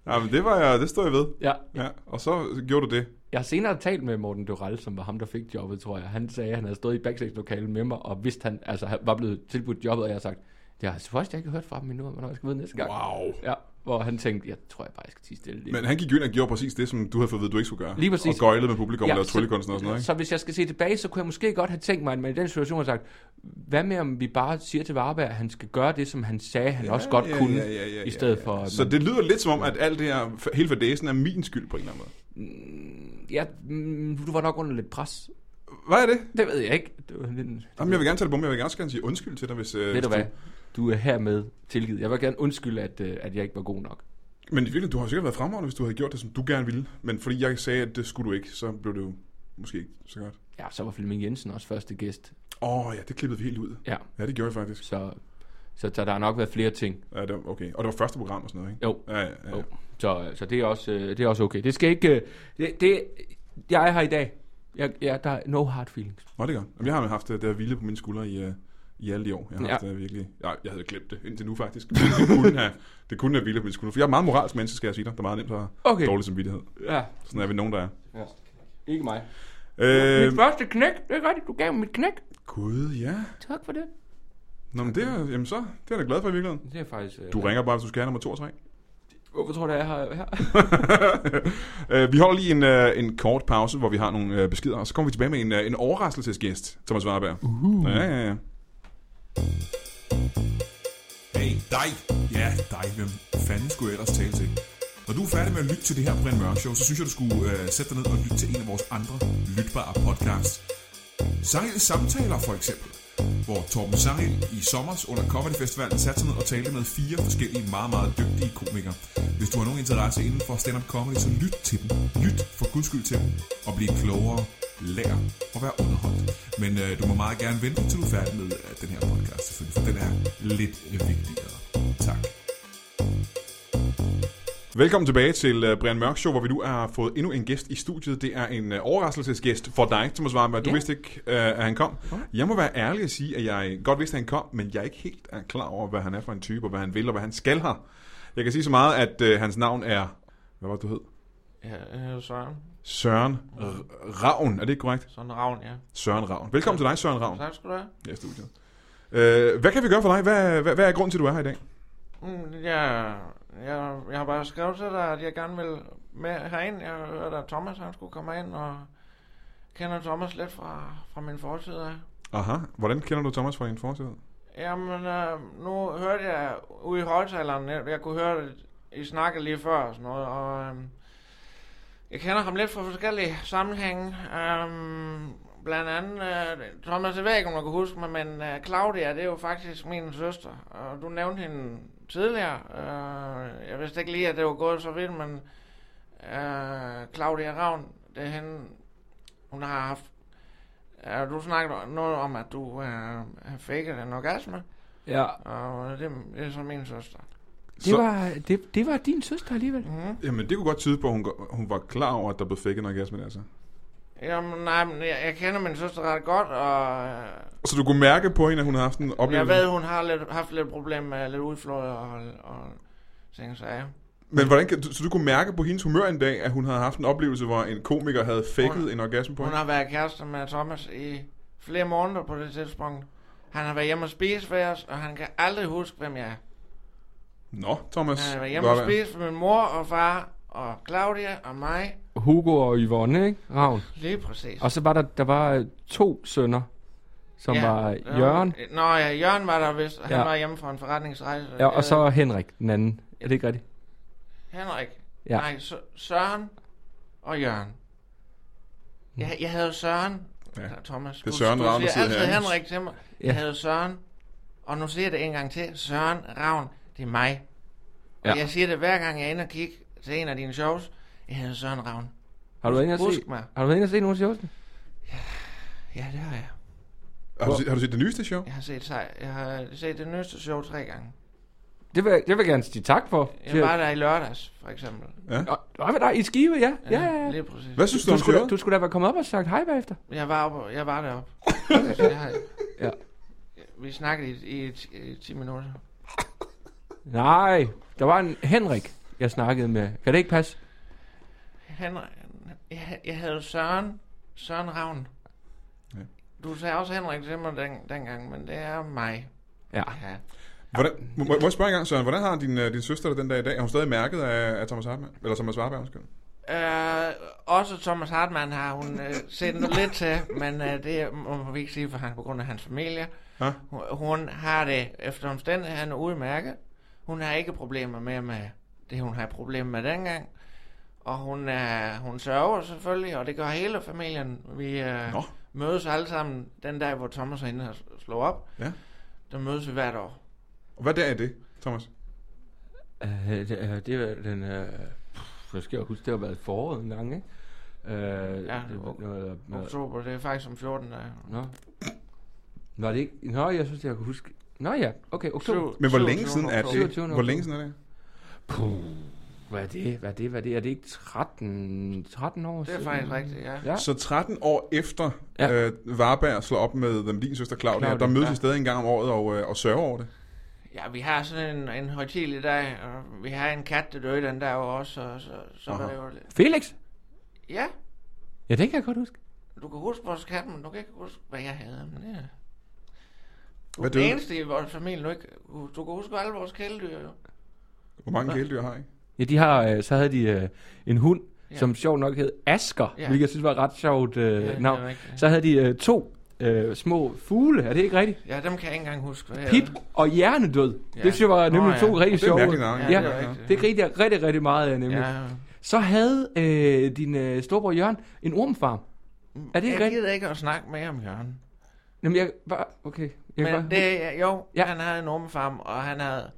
S1: ja. men det, var jeg, det stod jeg ved.
S2: Ja,
S1: Ja, og så gjorde du det.
S2: jeg har senere talt med Morten Dural, som var ham, der fik jobbet, tror jeg. Han sagde, at han havde stået i backstage-lokalet med mig, og vidste han, altså han var blevet tilbudt jobbet, og jeg har sagt, jeg har først ikke hørt fra ham endnu, hvornår jeg skal vide næste gang.
S1: Wow.
S2: Ja, hvor han tænkte, jeg tror jeg bare, jeg skal tige stille lige.
S1: Men han gik jo ind og gjorde præcis det, som du havde fået at vide, du ikke skulle gøre.
S2: Lige præcis.
S1: Og gøjlede med publikum ja, og lavede tryllekunsten og sådan noget, ikke?
S2: så hvis jeg skal se tilbage, så kunne jeg måske godt have tænkt mig, at man i den situation har sagt, hvad med om vi bare siger til Varberg, at han skal gøre det, som han sagde, han ja, også godt
S1: ja,
S2: kunne,
S1: ja, ja, ja,
S2: i stedet
S1: ja,
S2: for... at
S1: Så
S2: man-
S1: det lyder lidt som om, at alt det her, f- hele fadesen er min skyld på en eller anden måde.
S2: Ja, mm, du var nok under lidt pres.
S1: Hvad er det?
S2: Det ved jeg ikke. Det var lidt...
S1: Jamen, jeg vil gerne tage det på mig. Jeg vil gerne også gerne sige undskyld til dig, hvis... øh,
S2: Ved
S1: hvis
S2: du hvad? Du er hermed tilgivet. Jeg vil gerne undskylde, at, øh, at jeg ikke var god nok.
S1: Men i virkeligheden, du har sikkert været fremragende, hvis du havde gjort det, som du gerne ville. Men fordi jeg sagde, at det skulle du ikke, så blev det jo måske ikke så godt.
S2: Ja, så var Flemming Jensen også første gæst.
S1: Åh oh, ja, det klippede vi helt ud.
S2: Ja,
S1: Ja, det gjorde jeg faktisk.
S2: så, så, så der har nok været flere ting.
S1: Ja, det var, okay. Og det var første program og sådan noget, ikke?
S2: Jo.
S1: Ja, ja, ja.
S2: Jo. Så, så det, er også, øh, det er også okay. Det skal ikke... øh, Det, det, jeg er her i dag. Jeg, jeg, der er no hard feelings.
S1: Nå, det gør. Jamen, jeg har haft det der hvile på mine skuldre i, øh, i alle de år. Jeg har
S2: Ja.
S1: ja. haft det virkelig... Jeg, jeg havde glemt det indtil nu, faktisk. Men det kunne have, *laughs* det kunne have vildt, hvis det skulle. For jeg er meget moralsk menneske, skal jeg sige dig. Der er meget nemt at have
S2: Okay.
S1: dårlig samvittighed.
S2: Ja.
S1: Sådan er vi nogen, der er.
S2: ja. Ikke mig.
S1: Øh,
S2: Mit første knæk, det er rigtigt, du gav mig mit knæk.
S1: Gud, ja.
S2: Tak for det.
S1: Nå, men det er, jamen så, det er jeg da glad for i virkeligheden.
S2: Det er faktisk... Øh,
S1: Du ringer bare, hvis du skal have nummer 2 og 3.
S2: Hvorfor tror du, jeg har her?
S1: Øh, vi holder lige en, øh, en kort pause, hvor vi har nogle øh, beskeder, og så kommer vi tilbage med en, øh, en overraskelsesgæst, Thomas Warberg. Uh. Ja, ja, ja.
S3: Hey, dig! Ja, dig. Hvem fanden skulle jeg ellers tale til? Når du er færdig med at lytte til det her Brian Mørk Show, så synes jeg, du skulle øh, sætte dig ned og lytte til en af vores andre lytbare podcasts. Sangel Samtaler for eksempel, hvor Torben Sangel i sommer under Comedy Festivalen satte sig ned og talte med fire forskellige meget, meget dygtige komikere. Hvis du har nogen interesse inden for stand-up comedy, så lyt til dem. Lyt for guds skyld til dem og bliv klogere, lær og vær underholdt. Men øh, du må meget gerne vente, til du er færdig med øh, den her podcast selvfølgelig, for den er lidt øh, vigtigere. Tak.
S1: Velkommen tilbage til øh, Brian Mørk Show, hvor vi nu har fået endnu en gæst i studiet. Det er en øh, overraskelsesgæst for dig, Thomas Warberg. Du
S2: Ja.
S1: vidste ikke, øh, at han kom. Jeg må være ærlig og sige, at jeg godt vidste, at han kom, men jeg er ikke helt er klar over, hvad han er for en type, og hvad han vil, og hvad han skal her. Jeg kan sige så meget, at øh, hans navn er... Hvad var det, du hed?
S4: Ja, øh, Søren.
S1: Søren R- Ravn. Er det ikke korrekt?
S4: Søren Ravn, ja.
S1: Søren Ravn. Velkommen til dig, Søren Ravn.
S4: Tak skal du have.
S1: Ja, studiet. Øh, hvad kan vi gøre for dig? Hvad, hvad, hvad er grunden til, at du er her i dag?
S4: Mm, ja, jeg, jeg har bare skrevet til dig, at jeg gerne vil med herind. Jeg hørte, at Thomas han skulle komme ind, og kender Thomas lidt fra, fra min fortid. af.
S1: Aha. Hvordan kender du Thomas fra din fortid?
S4: Jamen, øh, nu hørte jeg ude i højtaleren, jeg, jeg kunne høre det, I snakkede lige før og sådan noget, og øh, jeg kender ham lidt fra forskellige sammenhænge. Øh, blandt andet, øh, Thomas, jeg ved ikke, om du kan huske mig, men øh, Claudia, det er jo faktisk min søster, og du nævnte hende tidligere. Øh, jeg vidste ikke lige, at det var gået så vidt, men øh, Claudia Ravn, det er hende, hun har haft Ja, du snakkede noget om, at du øh, har faked en orgasme,
S2: Ja,
S4: og det, det er så min søster.
S2: det, var, det, det var din søster alligevel.
S4: Mm-hmm.
S1: Jamen, det kunne godt tyde på, at hun, go- hun var klar over, at der blev fækket en orgasme, altså.
S4: Jamen, nej, men jeg, jeg kender min søster ret godt, og øh,
S1: Så du kunne mærke på hende, at hun har haft en
S4: jeg
S1: oplevelse?
S4: ved, hun har lidt, haft lidt problemer med lidt udflod og, og ting og sager.
S1: Men hvordan kan, så du kunne mærke på hendes humør en dag, at hun havde haft en oplevelse, hvor en komiker havde fækket
S4: Hun-
S1: en orgasme på
S4: Hun
S1: hende?
S4: har været kærester med Thomas i flere måneder på det tidspunkt. Han har været hjemme og spise ved os, og han kan aldrig huske, hvem jeg er.
S1: Nå, Thomas.
S4: Han har været
S1: hvad
S4: hjemme og
S1: var-
S4: spise med min mor og far og Claudia og mig.
S2: Hugo og Yvonne, ikke? Ravn.
S4: Lige præcis.
S2: Og så var der, der var øh, to sønner, som ja, var
S4: det
S2: Jørgen,
S4: Nå ja, Jørgen var der vist. Han
S2: Ja.
S4: ja. var hjemme fra en forretningsrejse.
S2: ja, og så Henrik, den anden. Er det ikke rigtigt?
S4: Henrik.
S2: Ja.
S4: Ja. Nej, Sø- Søren og Jørgen.
S2: Mm.
S4: Jeg, jeg havde Søren.
S1: Ja.
S4: Ja. Thomas,
S1: er Søren
S4: du,
S1: Ravn,
S4: du
S1: der
S4: siger
S1: sidder
S4: altid
S1: herinde.
S4: Henrik til mig.
S2: Ja.
S4: Ja. Jeg havde Søren. Og nu siger jeg det en gang til. Søren Ravn, det er mig. Og
S2: Ja.
S4: ja. jeg siger det hver gang, jeg er inde og kigge til en af dine shows. Jeg hedder Søren Ravn.
S2: Har du været inde og se,
S4: Husk mig.
S2: har du været inde og se nogen showsene?
S4: Ja, det har jeg.
S1: Har du, set- har du set det nyeste show?
S4: Jeg har set, sej- jeg har set det nyeste show tre gange.
S2: Det vil, jeg- det vil jeg gerne sige tak for.
S4: Jeg var der i lørdags, for eksempel.
S2: Nå, hvad der? I Skive, ja. Ja, ja, ja.
S4: Lige præcis.
S1: Hvad synes du,
S2: Du
S1: om
S2: skulle, da,
S1: showet?
S2: du skulle da være kommet op og sagt hej bagefter.
S4: Jeg var, op, jeg var deroppe. Så jeg har,
S2: Ja.
S4: Vi snakkede i, i, t- i 10 minutter.
S2: Nej, der var en Henrik, jeg snakkede med. Kan det ikke passe?
S4: Han, jeg, jeg havde Søren, Søren Ravn.
S1: Ja.
S4: Du sagde også Henrik til mig den, dengang, men det er mig.
S2: Ja.
S4: Ja.
S1: Hvordan, må, må jeg spørge en gang, Søren, hvordan har din, øh, din søster det den dag i dag? Er hun stadig mærket af, af Thomas Hartmann? Eller Thomas Warberg, undskyld.
S4: Øh, også Thomas Hartmann har hun øh, set noget lidt til, men øh, det må vi ikke sige, for han på grund af hans familie.
S1: Ja.
S4: Hun, hun har det efter omstændighederne udmærket. Hun har ikke problemer med, med det, hun har problemer med dengang. Og hun, øh, hun sørger selvfølgelig, og det gør hele familien. Vi øh,
S1: Nå.
S4: mødes alle sammen den dag, hvor Thomas er inde og slår op.
S1: Ja.
S4: Der mødes vi hvert år.
S1: Og hvad dag er det, Thomas?
S2: Øh, det, øh, det var den... Øh, pff, jeg skal jo huske, det har været foråret en gang, ikke? Øh, ja, det var
S4: ok.
S2: noget... noget
S4: Oktober, det er faktisk om 14 dage.
S2: nå. Var det ikke... Nå, jeg synes, jeg kunne huske... Nå ja, okay, oktober.
S4: Syv-
S1: Men hvor
S4: syv-
S1: længe siden er det?
S4: 27.
S2: oktober.
S1: Hvor længe siden er det?
S2: Puh. Hvad er det? Hvad er det? Hvad er det? Er det ikke 13, 13 år
S4: Det er faktisk rigtigt, ja.
S2: Ja.
S1: Så 13 år efter ja.
S2: Ja.
S1: øh, Varberg slår op med den lille søster Claudia,
S2: Claudia,
S1: der mødes ja.
S2: ja.
S1: I stadig en gang om året og, øh, og sørger over det.
S4: Ja, vi har sådan en, en højtidelig dag, og vi har en kat, der døde den der jo også, og så, så var
S1: Aha.
S4: det jo lidt...
S2: Felix?
S4: Ja,
S2: Ja, det kan jeg godt huske.
S4: du kan huske vores kat, men du kan ikke huske, hvad jeg havde. Men det... Du er
S1: Hvad
S4: den
S1: døde?
S4: eneste i vores familie, du, ikke... du kan huske alle vores kæledyr, jo.
S1: Hvor mange kæledyr har I?
S2: Ja, de har, øh, så havde de øh, en hund,
S4: Ja.
S2: ja. som sjov nok hed Asker,
S4: Ja.
S2: ja. hvilket jeg synes var et ret sjovt øh,
S4: Ja,
S2: ja,
S4: det
S2: navn.
S4: er rigtigt.
S2: Så havde de øh, to øh, små fugle, er det ikke rigtigt?
S4: Ja, dem kan jeg ikke engang huske, hvad jeg
S2: Pip
S4: havde.
S2: og Hjernedød.
S4: Ja.
S2: Ja. Det synes jeg var
S4: Nå,
S2: nemlig
S4: ja.
S2: to rigtig
S1: Det er
S2: sjove.
S1: mærkeligt navn.
S2: Ja,
S4: det er
S1: ja.
S4: rigtigt.
S2: Det grinte jeg rigtig, rigtig meget af nemlig. Ja.
S4: Ja.
S2: Så havde øh, din øh, storebror Jørgen en ormfarm. Er det ikke
S4: Jeg
S2: rigtigt?
S4: gider ikke at snakke mere om Jørgen.
S2: Jamen, jeg bare... Okay. Jeg kan
S4: Men
S2: bare,
S4: det, er- jo, ja.
S2: Ja.
S4: han havde en ormefarm, og han havde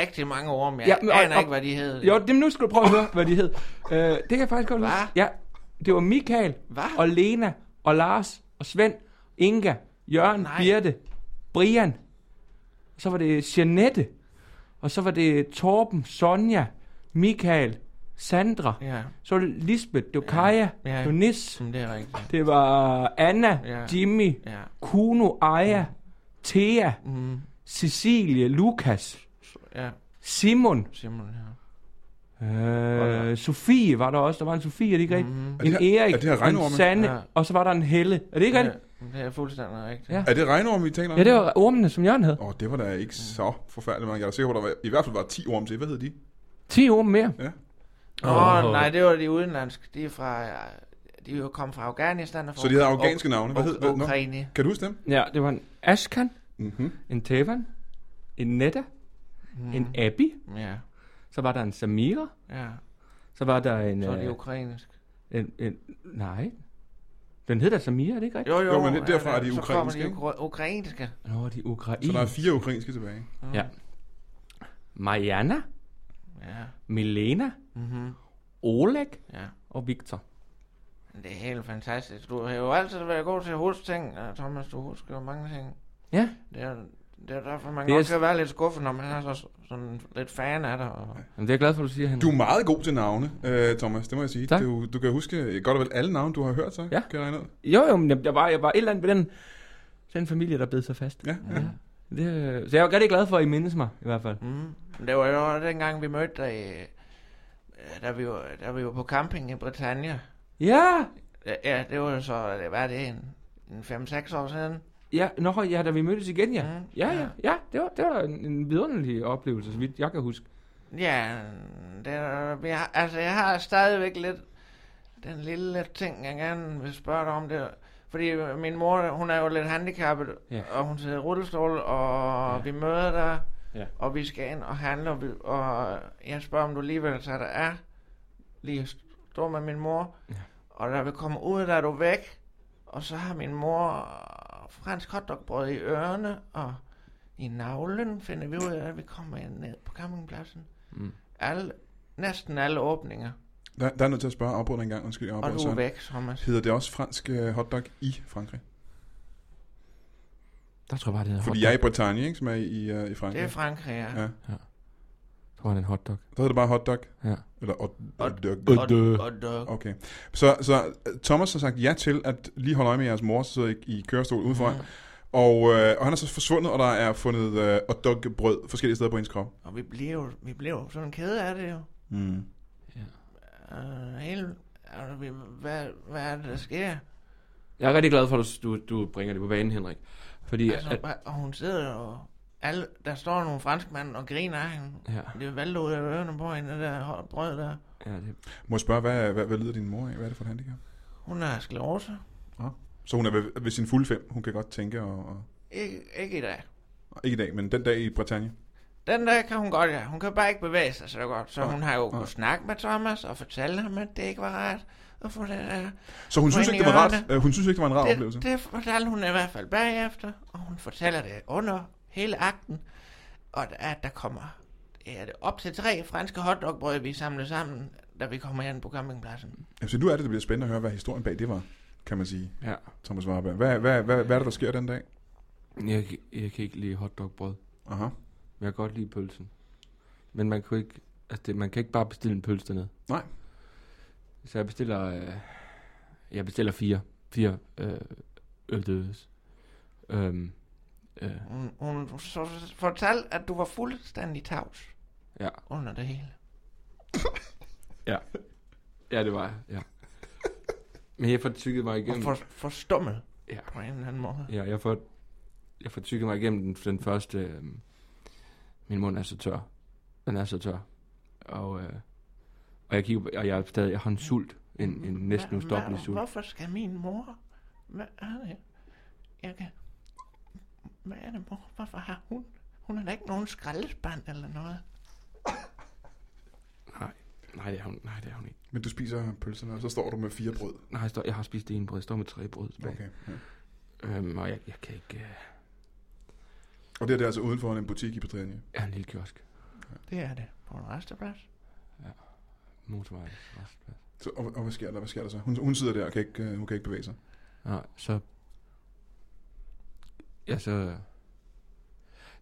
S4: rigtig mange orme. Jeg ja,
S2: Ja,
S4: men,
S2: men- og-
S4: aner
S2: og-
S4: ikke, hvad de hed.
S2: jo, det, nu skal du prøve at høre, hvad de hed. Øh, det kan jeg faktisk godt
S4: Hva?
S2: huske. Ja, det var Michael
S4: Hva?
S2: og Lena og Lars og Svend, Inga, Jørgen,
S4: Nej.
S2: Nej. Birte, Brian. Så var det Jeanette. Og så var det Torben, Sonja, Michael, Sandra. Ja.
S4: Ja,
S2: Så var det Lisbeth, det var Kaja,
S4: Ja.
S2: ja. det var Nis.
S4: som det er rigtigt.
S2: Det var Anna,
S4: Ja.
S2: ja. Jimmy,
S4: Ja.
S2: Kuno, Aya, Thea,
S4: Mm,
S2: Cecilie, Lukas,
S4: ja,
S2: Simon,
S4: simpelthen. Ja.
S2: øh, Sofie var der også. Der var en Sofie, er det ikke rigtigt?
S4: Mhm.
S1: Er
S2: En
S1: det her-
S2: Erik,
S1: er det her
S2: en
S1: regnorme?
S2: Sanne,
S4: Mm. Ja.
S2: og så var der en Helle. Er det ikke rigtigt?
S4: Ja, det er fuldstændig rigtigt.
S2: Ja.
S1: Er det regnorme, vi taler om?
S2: Ja, det var ormene, som Jørgen havde.
S1: Åh, oh, det var da ikke så forfærdeligt mange. Jeg er sikker på, at der var, i hvert fald var 10 orme til. Hvad hed de?
S2: 10 orme mere.
S4: Nå,
S2: Åh.
S4: nej, det var de udenlandske. De er fra... ja, De er jo kommet fra Afghanistan og fra
S1: Så de havde afghanske navne. Hvad hed
S4: Uk-
S1: nå,
S4: Ukraine.
S1: Kan du huske dem?
S2: Ja, det var en Ashkan,
S4: Mhm.
S1: Mm-hmm.
S2: en Tevan, en Netta,
S4: Hmm.
S2: mm. en Abby,
S4: Ja,
S2: så var der en Samira,
S4: ja.
S2: så var der en...
S4: Så er de
S2: øh,
S4: ukrainsk.
S2: en, en nej. Den hedder Samira, er det ikke rigtigt?
S4: Jo, jo.
S1: Jo, men det er
S4: ja,
S1: derfra,
S4: ja,
S1: at de er
S4: Så kommer de
S1: ukrainske, ikke?
S4: ukra- ukrainske.
S2: Nå, de er
S1: Så der
S2: ukrainer.
S1: er fire ukrainske tilbage.
S2: Ja. Mariana,
S4: Ja,
S2: Milena,
S4: mhm,
S2: Oleg
S4: ja.
S2: og Victor.
S4: Men Det er helt fantastisk. Du har jo altid været god til at huske ting, øh, Thomas. Du husker jo mange ting.
S2: Ja,
S4: Det er, det er derfor, man
S2: Det er
S4: godt
S2: s-
S4: kan være lidt skuffet, når man er så, sådan lidt fan af dig. Og...
S2: men det er jeg glad for, at du siger, Henrik.
S1: Du er meget god til navne, øh, Thomas. Det må jeg sige.
S2: Tak.
S1: Du, du kan huske godt og vel alle navne, du har hørt, så
S2: Ja.
S1: kan jeg regne ud.
S2: Jo, jo, men jeg, jeg, var, jeg var et eller andet ved den, den familie, der blev så fast.
S1: Ja.
S2: ja. Det, øh, så jeg var rigtig glad for, at I mindes mig, i hvert fald.
S4: Mm. Men Det var jo også dengang, vi mødte dig, øh, da vi, var, da vi var på camping i Britannia.
S2: Ja!
S4: Ja, Ja, det var jo så, hvad er det, en, en 5-6 år siden?
S2: Ja, nå, ja, da vi mødtes igen, ja.
S4: Mm.
S2: Ja, ja, ja, det var, det var en, en vidunderlig oplevelse, så vidt jeg kan huske.
S4: Ja, det, er- vi har, altså jeg har stadigvæk lidt den lille ting, jeg gerne vil spørge dig om det. Fordi min mor, hun er jo lidt handicappet, ja.
S2: Ja.
S4: og hun sidder i rullestol, og ja.
S2: Ja.
S4: vi møder dig, ja.
S2: Ja.
S4: og vi skal ind og handle, og, vi, og jeg spørger, om du lige vil tage dig af, lige stå med min mor, ja. og da vi kommer ud, der er du væk, og så har min mor fransk hotdogbrød i ørerne, og i navlen finder vi ud af, at vi kommer ned på campingpladsen
S1: Mm.
S4: alle, næsten alle åbninger,
S1: Der, der er nødt til at spørge afbrudt en gang. Undskyld, jeg
S4: og
S1: afbryder
S4: du er
S1: Søren.
S4: væk, Thomas.
S1: Hedder det også fransk øh, hotdog i Frankrig?
S2: Der tror jeg bare, det hedder
S1: Fordi jeg er i Bretagne, ikke, som er i, i, øh, i
S4: Det
S1: Frankrig.
S4: er Frankrig, ja.
S1: Ja.
S2: Jeg tror, det er en hotdog.
S1: Der hedder det bare hotdog.
S2: Ja.
S1: Eller hot, hotdog.
S4: Og, og dog.
S1: Okay. Så, så øh, Thomas har sagt ja til at lige holde øje med jeres mor, så sidder I, i kørestol udenfor. Mm. Og, øh, og han er så forsvundet, og der er fundet øh, hotdogbrød forskellige steder på hendes krop.
S4: og vi blev, vi blev sådan kede af det jo.
S1: Mm.
S4: Uh, hele, altså, vi, hvad, hvad er det, der sker?
S2: Jeg er rigtig glad for, at du, du bringer det på banen, Henrik. Fordi
S4: Ja, altså,
S2: at,
S4: hvad- og hun sidder jo... Alle, der står nogle franskmænd og griner af hende.
S2: Ja.
S4: Det vælter ud af ørerne på hende, det der hot brød der.
S2: ja, det,
S1: Må jeg spørge, hvad, hvad, hvad lider din mor af? Hvad er det for et handicap?
S4: Hun har sklerose.
S1: Så hun er ved, ved sin fulde fem. Hun kan godt tænke, og, og,
S4: Ikke, ikke i dag.
S1: og ikke i dag, men den dag i Bretagne.
S4: Den der kan hun godt, ja. Hun kan bare ikke bevæge sig så godt. Så
S1: Nej,
S4: hun har jo
S1: nej.
S4: kunnet snakke med Thomas og fortælle ham, at det ikke var rart. Og få det der
S1: Så hun synes
S4: ind
S1: ikke, det
S4: i
S1: var rart.
S4: hjørnet.
S1: Øh, hun synes ikke, det var en rar oplevelse.
S4: det, det fortalte hun i hvert fald bagefter, og hun fortæller det under hele akten, og der- at der kommer ja, det er op til tre franske hotdogbrød, vi samler sammen, da vi kommer hen på campingpladsen.
S1: Altså, nu er det, det bliver spændende at høre, hvad historien bag det var, kan man sige,
S2: ja.
S1: Thomas Warberg. Hvad, hvad, hvad, hvad er det, der sker den dag?
S2: jeg, kan- jeg kan ikke lide hotdogbrød,
S1: Aha.
S2: men jeg kan godt lide pølsen. Men man kunne ikke Altså, det, man kan ikke bare bestille en pølse dernede.
S1: Nej.
S2: Så jeg bestiller, øh, jeg bestiller fire, fire øh, øldødes. Øhm, øh,
S4: Hun, hun så fortalte, at du var fuldstændig tavs
S2: ja.
S4: under det hele.
S2: ja, det var jeg, ja. *laughs* Men jeg får tykket mig igennem.
S4: Og for, forstummet
S2: Ja.
S4: på en eller anden måde.
S2: Ja, jeg får, jeg får tykket mig igennem den, den første... Øh, min mund er så tør. Den er så tør. Og, øh, og jeg kigger på, og jeg er stadig, jeg har en sult. En, en næsten
S4: Hva- hva-
S2: ustoppelig sult.
S4: Hvorfor skal min mor... Hvad er det? Jeg kan... Hvad er det, mor? Hvorfor har hun... Hun er da ikke nogen skraldespand eller noget.
S2: Nej, nej, det er hun, nej, det er hun ikke.
S1: Men du spiser pølserne, og så står du med fire brød.
S2: Nej, jeg, står, jeg har spist det ene brød. Jeg står med tre brød tilbage.
S1: Okay. Ja.
S2: Okay. Øhm, og jeg, jeg kan ikke... Øh,
S1: Og det her det er altså udenfor en butik i Petrinje.
S2: jeg har en lille kiosk.
S4: Det er det. På en resteplads.
S2: Motorvej.
S1: Så, og, og, hvad sker der? Hvad sker der så? Hun, hun sidder der og kan ikke, øh, hun kan ikke bevæge sig.
S2: Nej, så... Ja, så...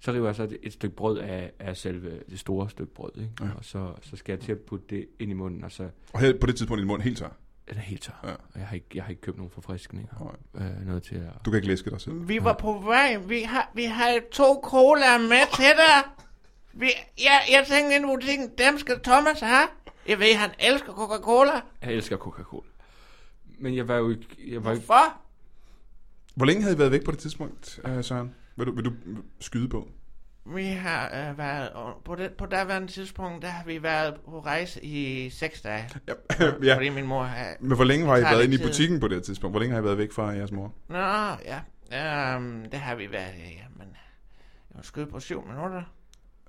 S2: Så river jeg så et, et stykke brød af, af selve det store stykke brød, ikke?
S1: Ja.
S2: Ja. Og så, så skal jeg til at putte det ind i munden, og så
S1: Og her, på det tidspunkt er din mund helt tør.
S2: er det helt tør.
S1: Ja.
S2: Og jeg har, ikke, jeg har ikke købt nogen forfriskninger.
S1: Nej.
S2: Øh, noget til at...
S1: Du kan ikke læske dig selv.
S4: Vi var på vej. Vi har, vi har to cola med til dig. Vi, jeg, jeg tænkte ind i butikken, dem skal Thomas have. Jeg ved, han elsker Coca-Cola.
S2: Jeg elsker Coca-Cola. Men jeg var jo ikke... Jeg var ikke
S4: Hvorfor?
S1: Hvor længe havde I været væk på det tidspunkt, øh, Søren? Vil du, vil du skyde på?
S4: Vi har øh, været, og på, det, på daværende tidspunkt, der har vi været på rejse i seks dage.
S1: Ja. *laughs* ja.
S4: Fordi min mor har...
S1: Men hvor længe har I
S4: Tager
S1: været inde
S4: lidt
S1: i
S4: tid.
S1: butikken på det her tidspunkt? Hvor længe har I været væk fra jeres mor?
S4: Nå, ja. Øhm, det har vi været, ja, ja, men... Jeg var skudt på syv minutter.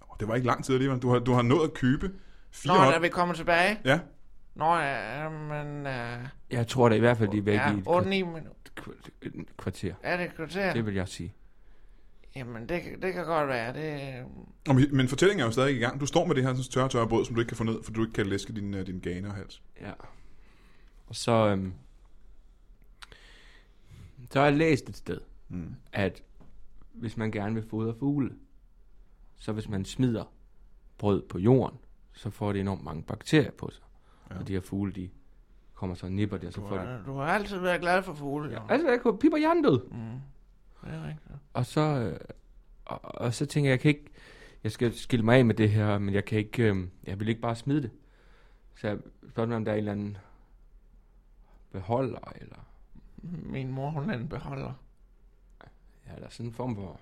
S1: Åh, Det var ikke lang tid alligevel. Du har, du har nået at købe
S4: Nå,
S1: fire
S4: da
S1: hot-
S4: vi kommer tilbage.
S1: Ja,
S4: Nå, ja, men... Øh,
S2: jeg tror da i hvert fald, de er væk
S4: ja,
S2: i et
S4: 8-9
S2: kvart-
S4: minutter.
S2: kv- et kvarter.
S4: Er det et kvarter?
S2: Det vil jeg sige.
S4: Jamen, det, kan- det kan godt være. Det, øh,
S1: Nå, men- men fortællingen er jo stadig i gang. Du står med det her sådan tørre, tørre brød, som du ikke kan få ned, for du ikke kan læske din, øh, din ganer og hals.
S2: Ja. Og så... Øhm, så har jeg læst et sted,
S1: Mm.
S2: at hvis man gerne vil fodre fugle, så hvis man smider brød på jorden, så får det enormt mange bakterier på sig.
S1: Ja.
S2: Ja. Og de her fugle, de kommer så og nipper det, og så får de...
S4: du har altid været glad for fugle, jo.
S2: Altså, jeg kunne pippe hjernen død.
S4: Mm. Det er rigtigt.
S2: Og så, øh, og, og så tænker jeg, jeg kan ikke... Jeg skal skille mig af med det her, men jeg kan ikke... Øh, jeg vil ikke bare smide det. Så jeg spørger mig, om der er en eller anden beholder, eller...
S4: Min mor, hun er en beholder.
S2: Ja, der er sådan en form for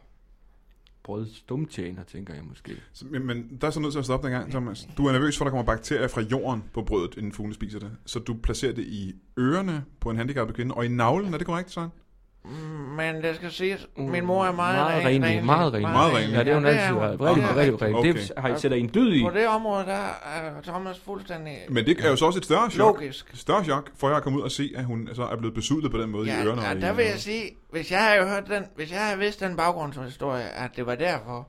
S2: brødstumtjener, tænker jeg måske.
S1: Så, men, men der er så nødt til at stoppe den gang, Thomas. Du er nervøs for, at der kommer bakterier fra jorden på brødet, inden fuglen spiser det. Så du placerer det i ørerne på en handicappet kvinde, og i navlen, er det korrekt, Søren?
S4: Mm, Men det skal siges,
S2: Mm,
S4: min mor er meget,
S2: meget
S4: ren-
S2: renlig, meget renlig.
S1: Meget renlig.
S2: Ja, det er hun altid
S4: hun.
S2: været. Rigtig,
S1: Ja.
S2: rigtig, rigtig.
S1: Okay.
S2: Det har I sætter I en dyd i.
S4: På det område, der er Thomas fuldstændig
S1: Men det er jo så også et større chok.
S4: logisk.
S1: Større chok, for jeg at komme ud og se, at hun så er blevet besudlet på den måde
S4: Ja,
S1: i ørerne. og
S4: ja,
S1: i-
S4: der vil jeg sige, hvis jeg havde hørt den, hvis jeg havde vidst den baggrundshistorie, at det var derfor,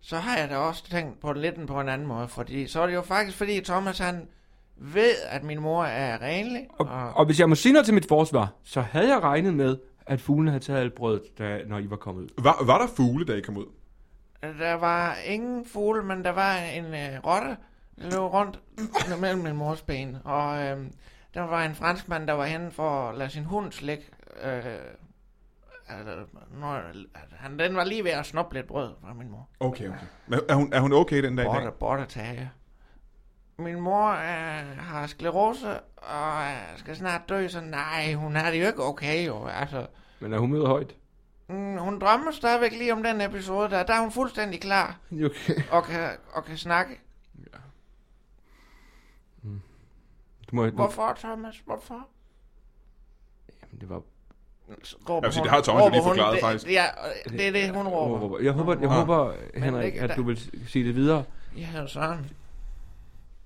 S4: så har jeg da også tænkt på det lidt på en anden måde, fordi så er det jo faktisk, fordi Thomas han ved, at min mor er renlig,
S2: Og, og hvis jeg må sige noget til mit forsvar, så havde jeg regnet med, at fuglene havde taget alt brødet, da, når I var kommet ud.
S1: Var, var der fugle, da I kom ud?
S4: Der var ingen fugle, men der var en øh, rotte, der løb rundt mellem min mors ben. Og øh, der var en franskmand, der var henne for at lade sin hund slikke. Øh, altså, når, han, den var lige ved at snuppe lidt brød fra min mor.
S1: Okay, okay. Men Er hun, er hun okay den dag i dag?
S4: Borte, borte tage. Min mor øh, har sklerose og øh, skal snart dø, så nej, hun har det jo ikke okay jo. Altså,
S2: Men er hun møder
S4: *laughs*
S2: højt?
S4: mm, hun drømmer stadigvæk lige om den episode der. Der er hun fuldstændig klar
S2: Okay.
S4: og kan, og kan snakke.
S2: Du må, du,
S4: Hvorfor, Thomas? Hvorfor?
S2: jamen, det var,
S4: Råber
S1: Jeg vil sige,
S4: hun.
S1: det har Thomas jo
S4: Råber
S1: lige
S4: hun.
S1: forklaret,
S4: det,
S1: faktisk.
S4: Ja, det er det, hun råber.
S2: råber. Jeg håber, jeg
S1: Ah.
S2: håber
S4: Men
S2: Henrik,
S4: ikke-
S2: at
S4: der-
S2: du vil s- sige det videre.
S4: Ja, sådan.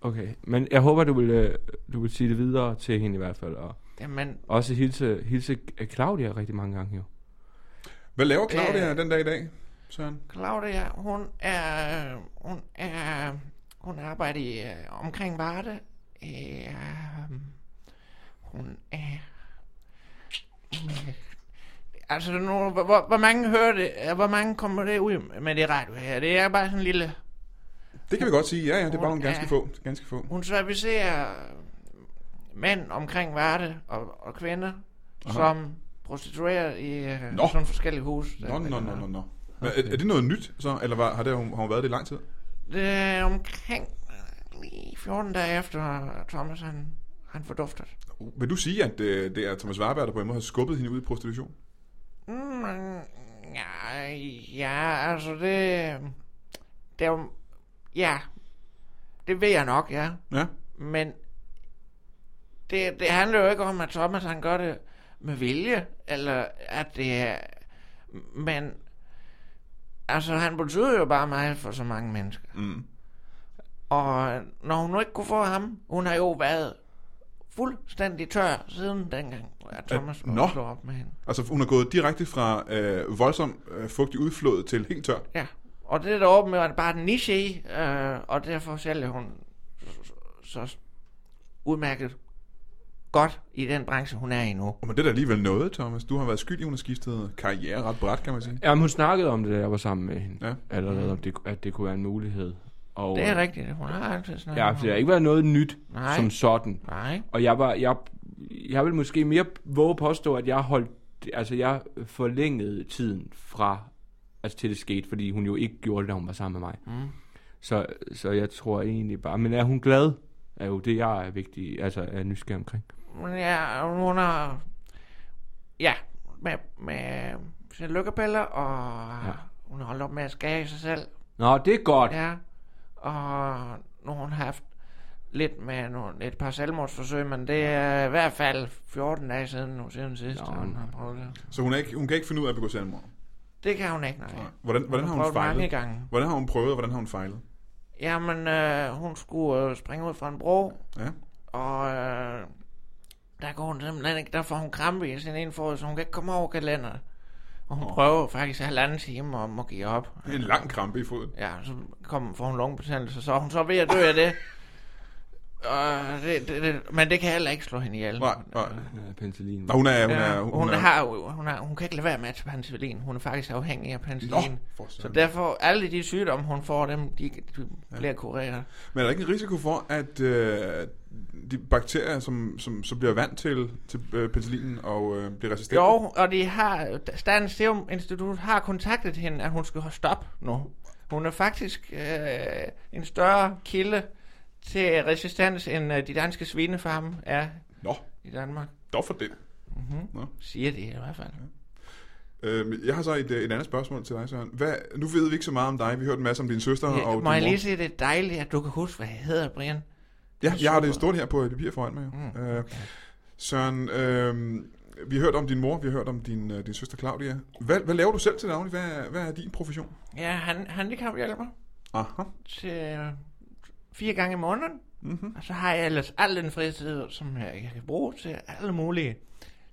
S2: Okay, men jeg håber, du vil, øh, du vil sige det videre til hende i hvert fald. Og
S4: Jamen,
S2: også hilse, hilse øh, Claudia rigtig mange gange jo.
S1: Hvad laver
S4: Det er-
S1: Claudia den dag i dag, Søren?
S4: Claudia, hun er... øh, Hun er... Hun arbejder i, øh, omkring Varde. Øh, hun er... øh, Altså, nu, hvor, hvor, hvor mange hører det? øh, Hvor mange kommer det ud med det radio her? Det er bare sådan en lille...
S1: Det kan vi godt sige. Ja, ja, det er bare nogle
S4: Hun er-
S1: ganske få. Ganske få.
S4: Hun servicerer øh, mænd omkring værte og, og kvinder, Aha. som prostituerer i øh,
S1: Nå.
S4: sådan forskellige hus.
S1: Nå, nå, nå, nå, nå.
S4: Ah,
S1: Men Er, er det noget nyt, så? Eller var, har, det, har hun været det i lang tid?
S4: Det er omkring øh, lige 14 dage efter Thomas han, han forduftet.
S1: Vil du sige, at øh, det er Thomas Warberg, der på en måde har skubbet hende ud i prostitution?
S4: Mm, ja, ja, altså det... Det er jo... Ja, det ved jeg nok, ja.
S1: Ja.
S4: Men det, det handler jo ikke om, at Thomas han gør det med vilje, eller at det er... Men altså, han betyder jo bare meget for så mange mennesker.
S1: Mm.
S4: Og når hun nu ikke kunne få ham, hun har jo været fuldstændig tør siden dengang, at Thomas
S1: Øh, nå.
S4: slog op med hende.
S1: Altså, hun har gået direkte fra øh, voldsom øh, fugtig udflod til helt tør.
S4: Ja, og det er der åbenbart bare en niche i, øh, og derfor sælger hun så, så udmærket godt i den branche, hun er i nu.
S1: Og men det er da alligevel noget, Thomas. Du har været skyld i, at hun har skiftet karriere ret bræt, kan man sige.
S2: Jamen, hun snakkede om det, da jeg var sammen med hende.
S1: Ja.
S2: Ja. Allerede, om det, at det kunne være en mulighed. Og,
S4: Mm. Det er rigtigt, hun har altid snakket
S2: Ja, altså,
S4: om
S2: for det har
S4: det.
S2: ikke været noget nyt
S4: Nej.
S2: Nej. som sådan.
S4: Nej,
S2: Og jeg var, jeg, jeg vil måske mere våge at påstå, at jeg holdt, altså jeg forlængede tiden fra, altså til det skete, fordi hun jo ikke gjorde det, da hun var sammen med mig. Mm. Så, så jeg tror egentlig bare, men er hun glad? Er jo det, jeg er vigtig, altså er nysgerrig omkring.
S4: men ja, hun har... Ja, med, med sine lykkepiller, og ja.
S2: Ja.
S4: hun har holdt op med at skære i sig selv.
S2: Nå, det er godt. Ja.
S4: Ja, og nu har hun haft lidt med nogle, et par selvmordsforsøg, men det er i hvert fald 14 dage siden nu, siden sidst,
S2: Nå,
S4: Nå, hun har prøvet det.
S1: Så hun, er ikke, hun kan ikke finde ud af at begå selvmord.
S4: Det kan hun ikke, nej. nej.
S1: Hvordan, hvordan har hun
S4: prøvet mange
S1: fejlet?
S4: gange.
S1: Hvordan har hun prøvet, og hvordan har hun fejlet?
S4: Jamen, øh, hun skulle øh, springe ud fra en bro,
S1: Ja.
S4: og øh, der går hun simpelthen ikke, der får hun krampe i sin ene fod, så hun kan ikke komme over kalenderen. Og hun prøver faktisk halvanden time om at give op.
S1: En lang krampe i foden.
S4: Ja, så kom, får hun lungebetændelse, så er hun så ved at dø af det. Og det, det, det. Men det kan heller ikke slå hende ihjel.
S1: Nej, nej.
S2: Penicillin.
S1: Nå, hun er... Hun
S4: Ja,
S1: er,
S4: hun, hun, har, jo- hun, har, hun kan ikke lade være med at tage penicillin. Hun er faktisk afhængig af
S1: Nå,
S4: penicillin.
S1: for
S4: Så
S1: søren.
S4: derfor, alle de sygdomme, hun får, dem, de, de bliver kureret.
S1: Men er der ikke en risiko for, at øh, de bakterier, som, som, som bliver vant til, til øh, penicillinen og øh, bliver resistente?
S4: Jo, og de har, Statens Serum Institut har kontaktet hende, at hun skal stoppe nu. Hun er faktisk øh, en større kilde til resistens, end øh, de danske svinefarme er
S1: Nå,
S4: i Danmark.
S1: dog for det.
S4: Mm-hmm. Siger de i hvert fald.
S1: Øh, jeg har så et, øh, et andet spørgsmål til dig, Søren. Hvad, nu ved vi ikke så meget om dig. Vi har hørt en masse om din søster og
S4: Ja,
S1: din
S4: må jeg
S1: mor.
S4: lige sige, det er dejligt, at du kan huske, hvad jeg hedder, Brian.
S1: Ja, jeg har det
S4: Super.
S1: stort her på et papir foran mig. Mm, okay. øh, Søren, øh, vi har hørt om din mor, vi har hørt om din, øh, din søster Claudia. Hvad, hvad laver du selv til daglig? Hvad, er- hvad er din profession?
S4: Ja, han, handicaphjælper
S1: Aha.
S4: til øh, fire gange i måneden. Mm-hmm. Og så har jeg ellers al den fritid, som jeg, jeg kan bruge til alle mulige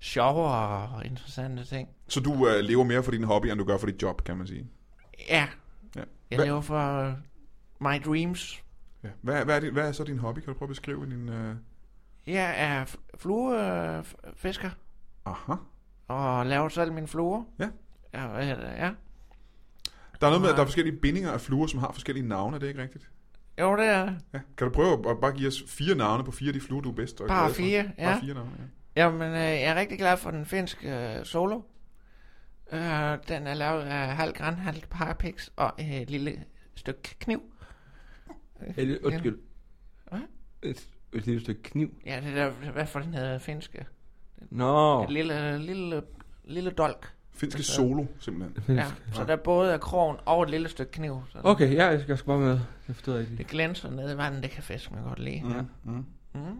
S4: sjove og interessante ting.
S1: Så du øh, lever mere for din hobby, end du gør for dit job, kan man sige.
S4: Ja,
S1: Ja.
S4: jeg
S1: Hvad-
S4: lever for øh, my dreams.
S1: Ja. Hvad, hvad, er det, hvad er så din hobby? Kan du prøve at beskrive din... Øh...
S4: Jeg er f- fluefisker
S1: Aha.
S4: og laver selv mine fluer.
S1: Ja.
S4: Ja, hvad hedder det? ja.
S1: Der er noget med, at der er forskellige bindinger af fluer, som har forskellige navne. Er det ikke rigtigt?
S4: Jo, det er
S1: Ja. Kan du prøve at- at bare give os fire navne på fire af de fluer, du er bedst og
S4: Bare
S1: glad for?
S4: fire, ja.
S1: Bare fire navne, ja.
S4: Jamen, øh, jeg er rigtig glad for den finske øh, solo. Øh, den er lavet af halv gran, halv parapix og øh, et lille stykke kniv.
S2: Eller, undskyld.
S4: Hvad?
S2: Et, et lille stykke kniv.
S4: Ja, det der, hvad for den hedder finske?
S2: Nå.
S4: Et lille, lille, lille dolk.
S1: Finske
S4: Altså-
S1: solo, simpelthen.
S4: Ja, så der både er krogen og et lille stykke kniv. Så den-
S2: Okay, ja, jeg skal, jeg skal bare med. Jeg forstod ikke lige.
S4: Det glænser ned i vandet, det kan fisken godt lide.
S1: Mm,
S4: Ja.
S1: mm.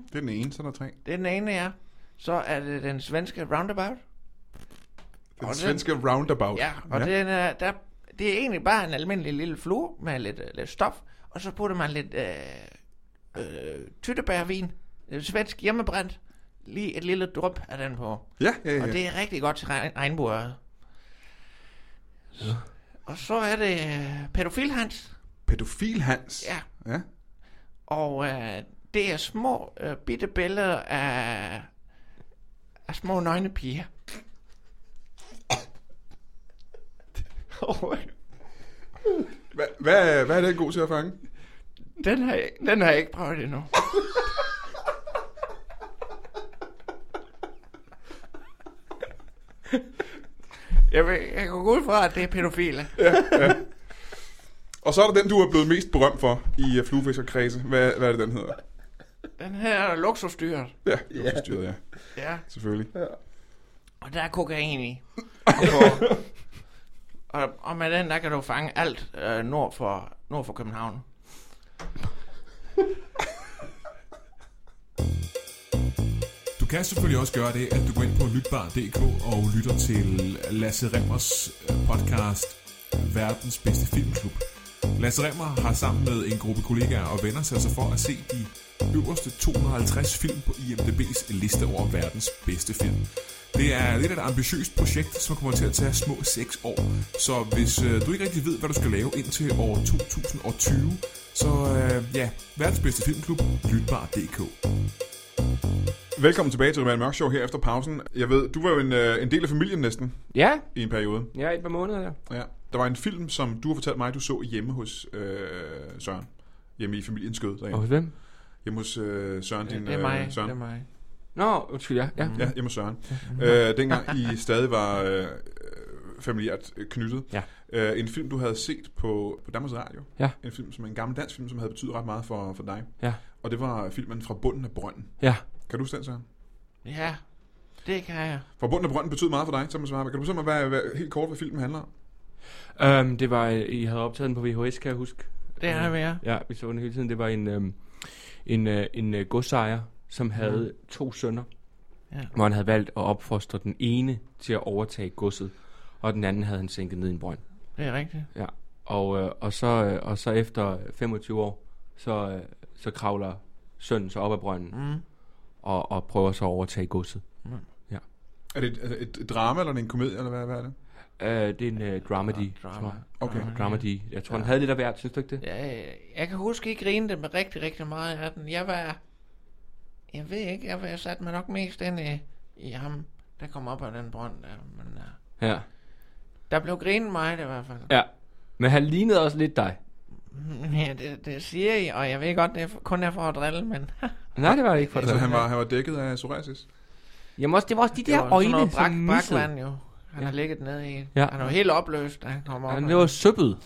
S1: Det er den ene, så er der tre.
S4: Det er den ene, ja. Så er det den svenske roundabout.
S1: Den
S4: Og det-
S1: svenske roundabout.
S4: Ja, og ja. Den er, der, det er egentlig bare en almindelig lille flue med lidt, øh, lidt stof, og så putter man lidt øh, øh, tyttebærvin, øh, svensk hjemmebrændt, lige et lille drup af den på.
S1: ja, ja, ja.
S4: Og det er rigtig godt til regn- regnbueret. Og så er det øh, pædofilhans,
S1: Pædofil Hans.
S4: ja,
S1: ja.
S4: og øh, det er små øh, bitte billeder af, af små nøgne piger.
S1: Hva, hvad, hvad er den god til at fange?
S4: Den har, jeg, den har jeg ikke prøvet endnu. Jeg, ved, jeg går ud fra, at det er pædofile.
S1: Og så er der den, du er blevet mest berømt for i uh, fluefiskerkredse. Hvad, hvad er det, den hedder?
S4: Den her er luksusdyret.
S1: Ja, yeah. forstyrret, ja.
S4: Ja,
S1: Selvfølgelig.
S4: og der er kokain i. Og, og, og med den, der kan du fange alt øh, nord, for, nord for København.
S3: Du kan selvfølgelig også gøre det, at du går ind på lytbar.dk og lytter til Lasse Remmers øh, podcast Verdens Bedste Filmklub. Lasse Remmer har sammen med en gruppe kollegaer og venner sat sig for at se de øverste 250 film på IMDb's liste over verdens bedste film. Det er lidt af et ambitiøst projekt, som kommer til at tage små 6 år. Så hvis øh, du ikke rigtig ved, hvad du skal lave indtil år 2020, så øh, ja, verdens bedste filmklub, lytbar.dk.
S1: Velkommen tilbage til Roman Mørk Show her efter pausen. Jeg ved, du var jo en, øh, en del af familien næsten
S2: Ja,
S1: i en periode.
S2: ja, et par måneder der.
S1: Ja. Der var en film, som du har fortalt mig, du så hjemme hos øh, Søren. Hjemme i familiens skød derinde.
S2: Og
S1: Okay.
S2: hos hvem?
S1: Hjemme hos øh, Søren, din
S4: det er mig,
S1: Øh,
S4: det
S1: Søren.
S4: er Mhm. mig.
S2: Nå, undskyld, ja. ja.
S1: Ja, hjemme hos Søren. øh, dengang I stadig var øh, familiært øh, knyttet.
S2: Ja.
S1: Øh, en film, du havde set på, på Danmarks Radio.
S2: Ja.
S1: En film, som en gammel dansk film, som havde betydet ret meget for, for dig.
S2: Ja.
S1: Og det var filmen Fra bunden af brønden.
S2: Ja.
S1: Kan du huske den, Søren?
S4: Ja, det kan jeg.
S1: Fra bunden af brønden betød meget for dig, Thomas Warberg. Kan du fortælle mig hvad, hvad, helt kort, hvad filmen handler om?
S2: Øhm, det var, øh, I havde optaget den på VHS, kan jeg huske.
S4: Det har jeg.
S2: Ja, vi så den hele tiden. Det var en, øhm, en, øh, en øh, godsejer, som havde mm. to sønner,
S4: Ja.
S2: hvor han havde valgt at opfostre den ene til at overtage godset, og den anden havde han sænket ned i en brønd.
S4: Det er rigtigt.
S2: Ja. Og, øh, og, så, øh, og så efter 25 år, så, øh, så kravler sønnen så op af brønden,
S4: Mm.
S2: og, og prøver så at overtage godset.
S1: Er det et, et, et drama, eller er det en komedie, eller hvad, hvad er det?
S2: Øh, det er en øh, dramedy,
S4: drama.
S2: tror jeg.
S1: Okay.
S2: Ja, dramedy. Jeg tror, han havde lidt af hvert, synes du ikke det?
S4: Ja, jeg kan huske, at I grinede med rigtig, rigtig meget af den. Jeg var... Jeg ved ikke, jeg, var, jeg satte mig nok mest ind i, i ham, der kom op af den brønd der. Men uh,
S2: Ja.
S4: der blev grinet meget i hvert fald. *laughs*
S2: ja. Men han lignede også lidt dig.
S4: Ja, det, det siger I, og jeg ved godt, det er for- kun er for at drille, men... *laughs*
S2: Nej, det var det ikke for
S1: Altså,
S2: dig.
S1: han var, han var dækket af psoriasis.
S2: Jamen også, det var også de
S4: Det
S2: der
S4: var sådan
S2: øjne,
S4: noget
S2: som
S4: brak,
S2: missede.
S4: brakvand jo. Han
S2: Ja.
S4: har ligget ned i.
S2: Ja.
S4: Han er jo helt opløst, da han kom op.
S2: Han, det var søppet.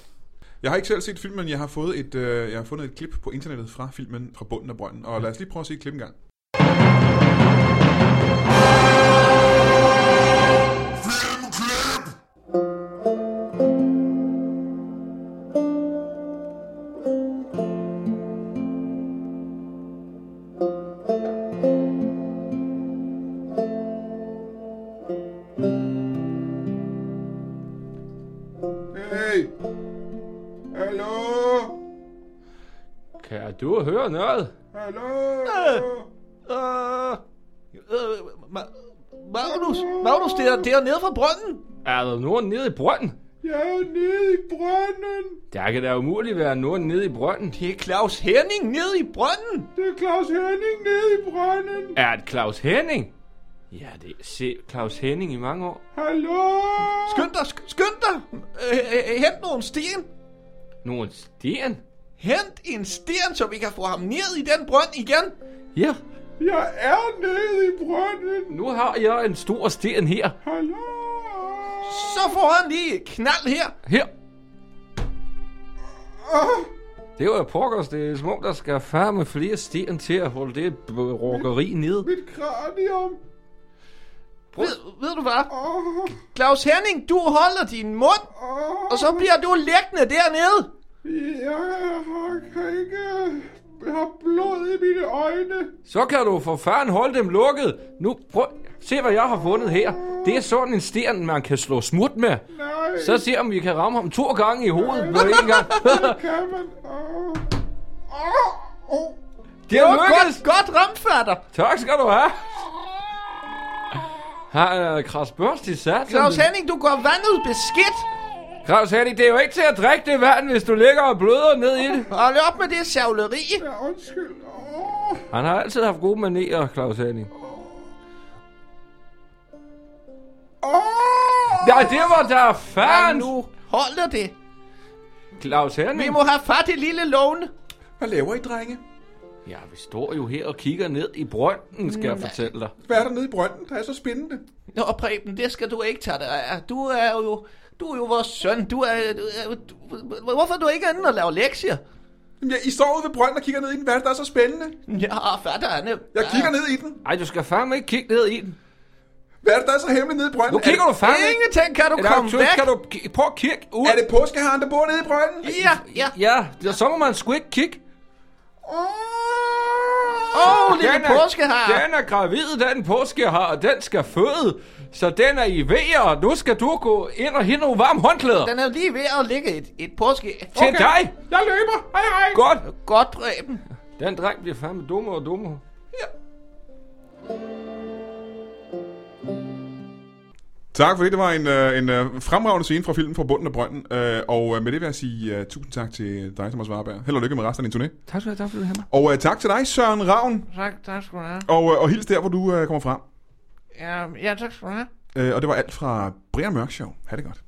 S1: Jeg har ikke selv set filmen, jeg har fået et, øh, jeg har fundet et klip på internettet fra filmen fra bunden af brønden. Og lad os lige prøve at se et klip engang. Hey! Hallo!
S2: Kan du høre noget?
S1: Hallo!
S5: Øh, øh, Ma- Magnus, Magnus, det er, det er nede fra brønden.
S2: Er der nogen nede i brønden?
S1: Jeg er nede i brønden!
S2: Der kan da umuligt være nogen nede i brønden.
S5: Det er Claus Henning nede i brønden.
S1: Det er Claus Henning nede i brønden!
S2: Er det Claus Henning? Ja, det er se Claus Henning i mange år.
S1: Hallo!
S5: Skynd dig, sk- skynd dig. Øh, øh, hent nogle sten.
S2: Nogen sten?
S5: Hent en sten, så vi kan få ham ned i den brønd igen.
S2: Ja,
S1: Jeg er nede i brønden!
S2: nu har jeg en stor sten her.
S1: Hallo!
S5: Så får han lige et knald her.
S2: Her. Det var pokkers, det er små, der skal færre med flere sten til at holde det b- rokkeri ned.
S1: Mit kranium!
S5: Ved, ved du hvad? Claus Henning, du holder din mund, og så bliver du liggende dernede.
S1: Jeg har, kan ikke... Jeg har blod i mine øjne!
S2: Så kan du for fanden holde dem lukket. Nu prøv, se hvad jeg har fundet her. Det er sådan en sten, man kan slå smut med.
S1: Nej,
S2: Så se om vi kan ramme ham to gange i hovedet på én
S1: *laughs*
S2: gang.
S1: kan man... Åh.
S2: det er
S5: Godt,
S2: lykkedes.
S5: godt ramt, fatter.
S2: Tak skal du have. øh, Han er krasbørstig sat.
S5: Claus Henning, du går vandet beskidt.
S2: Klaus Henning, det er jo ikke til at drikke det vand, hvis du ligger og bløder ned i det.
S5: Hold op med det savleri.
S1: Ja, undskyld. Åh.
S2: Han har altid haft gode manerer, Claus Henning. Ja, det var da
S5: Ja,
S2: fanden.
S5: nu holder det.
S2: Claus
S5: Vi
S2: Henning.
S5: må have fat i lille Lone.
S1: Hvad laver I, drenge?
S2: Ja, vi står jo her og kigger ned i brønden, skal jeg fortælle dig.
S1: Hvad er der nede i brønden, der er så spændende?
S4: Nå, Preben, det skal du ikke tage dig af. Du er jo, du er jo vores søn. Du er, du er du, hvorfor er du ikke inde og laver lektier?
S1: Jamen, ja, I står ude ved brønden og kigger ned i den. Hvad er det, der er så spændende?
S4: Ja, fatter han.
S1: Jeg kigger ned i den.
S2: Ej, du skal fandme ikke kigge ned i den.
S1: Hvad er det, der er så hemmeligt nede i brønden?
S2: Nu kigger
S1: er,
S2: du fandme ikke.
S4: Ingenting kan du
S2: Et
S4: komme
S2: øjeblik,
S4: væk.
S2: Skal du ki- prøve at kigge ud?
S1: er det påskeharen, der bor nede i brønden?
S4: Ja, ja.
S2: Ja, ja, så må man sgu ikke kigge.
S4: Åh, oh, lille påske her.
S2: Den er gravid, den påske har, og den skal føde. Så den er i vejer, og nu skal du gå ind og hente nogle varme håndklæder.
S4: Den er jo lige ved at ligge et, et påske.
S2: Til dig.
S1: Jeg løber. Hej, hej.
S2: Godt.
S4: Godt, Preben.
S2: Den dreng bliver fandme dummere og dummere.
S1: Tak for det. Det var en, øh, en øh, fremragende scene fra filmen fra bunden af brønden. Øh, og øh, med det vil jeg sige øh, tusind tak til dig, Thomas Warberg. Held og lykke med resten af din turné.
S6: Tak skal du have, tak for det her.
S1: Og øh, tak til dig, Søren Ravn.
S7: Tak, tak skal du have.
S1: Og, øh, og hils der, hvor du øh, kommer fra.
S7: Ja, ja tak skal du have.
S1: Øh, og det var alt fra Brian Mørk Show. Ha' det godt.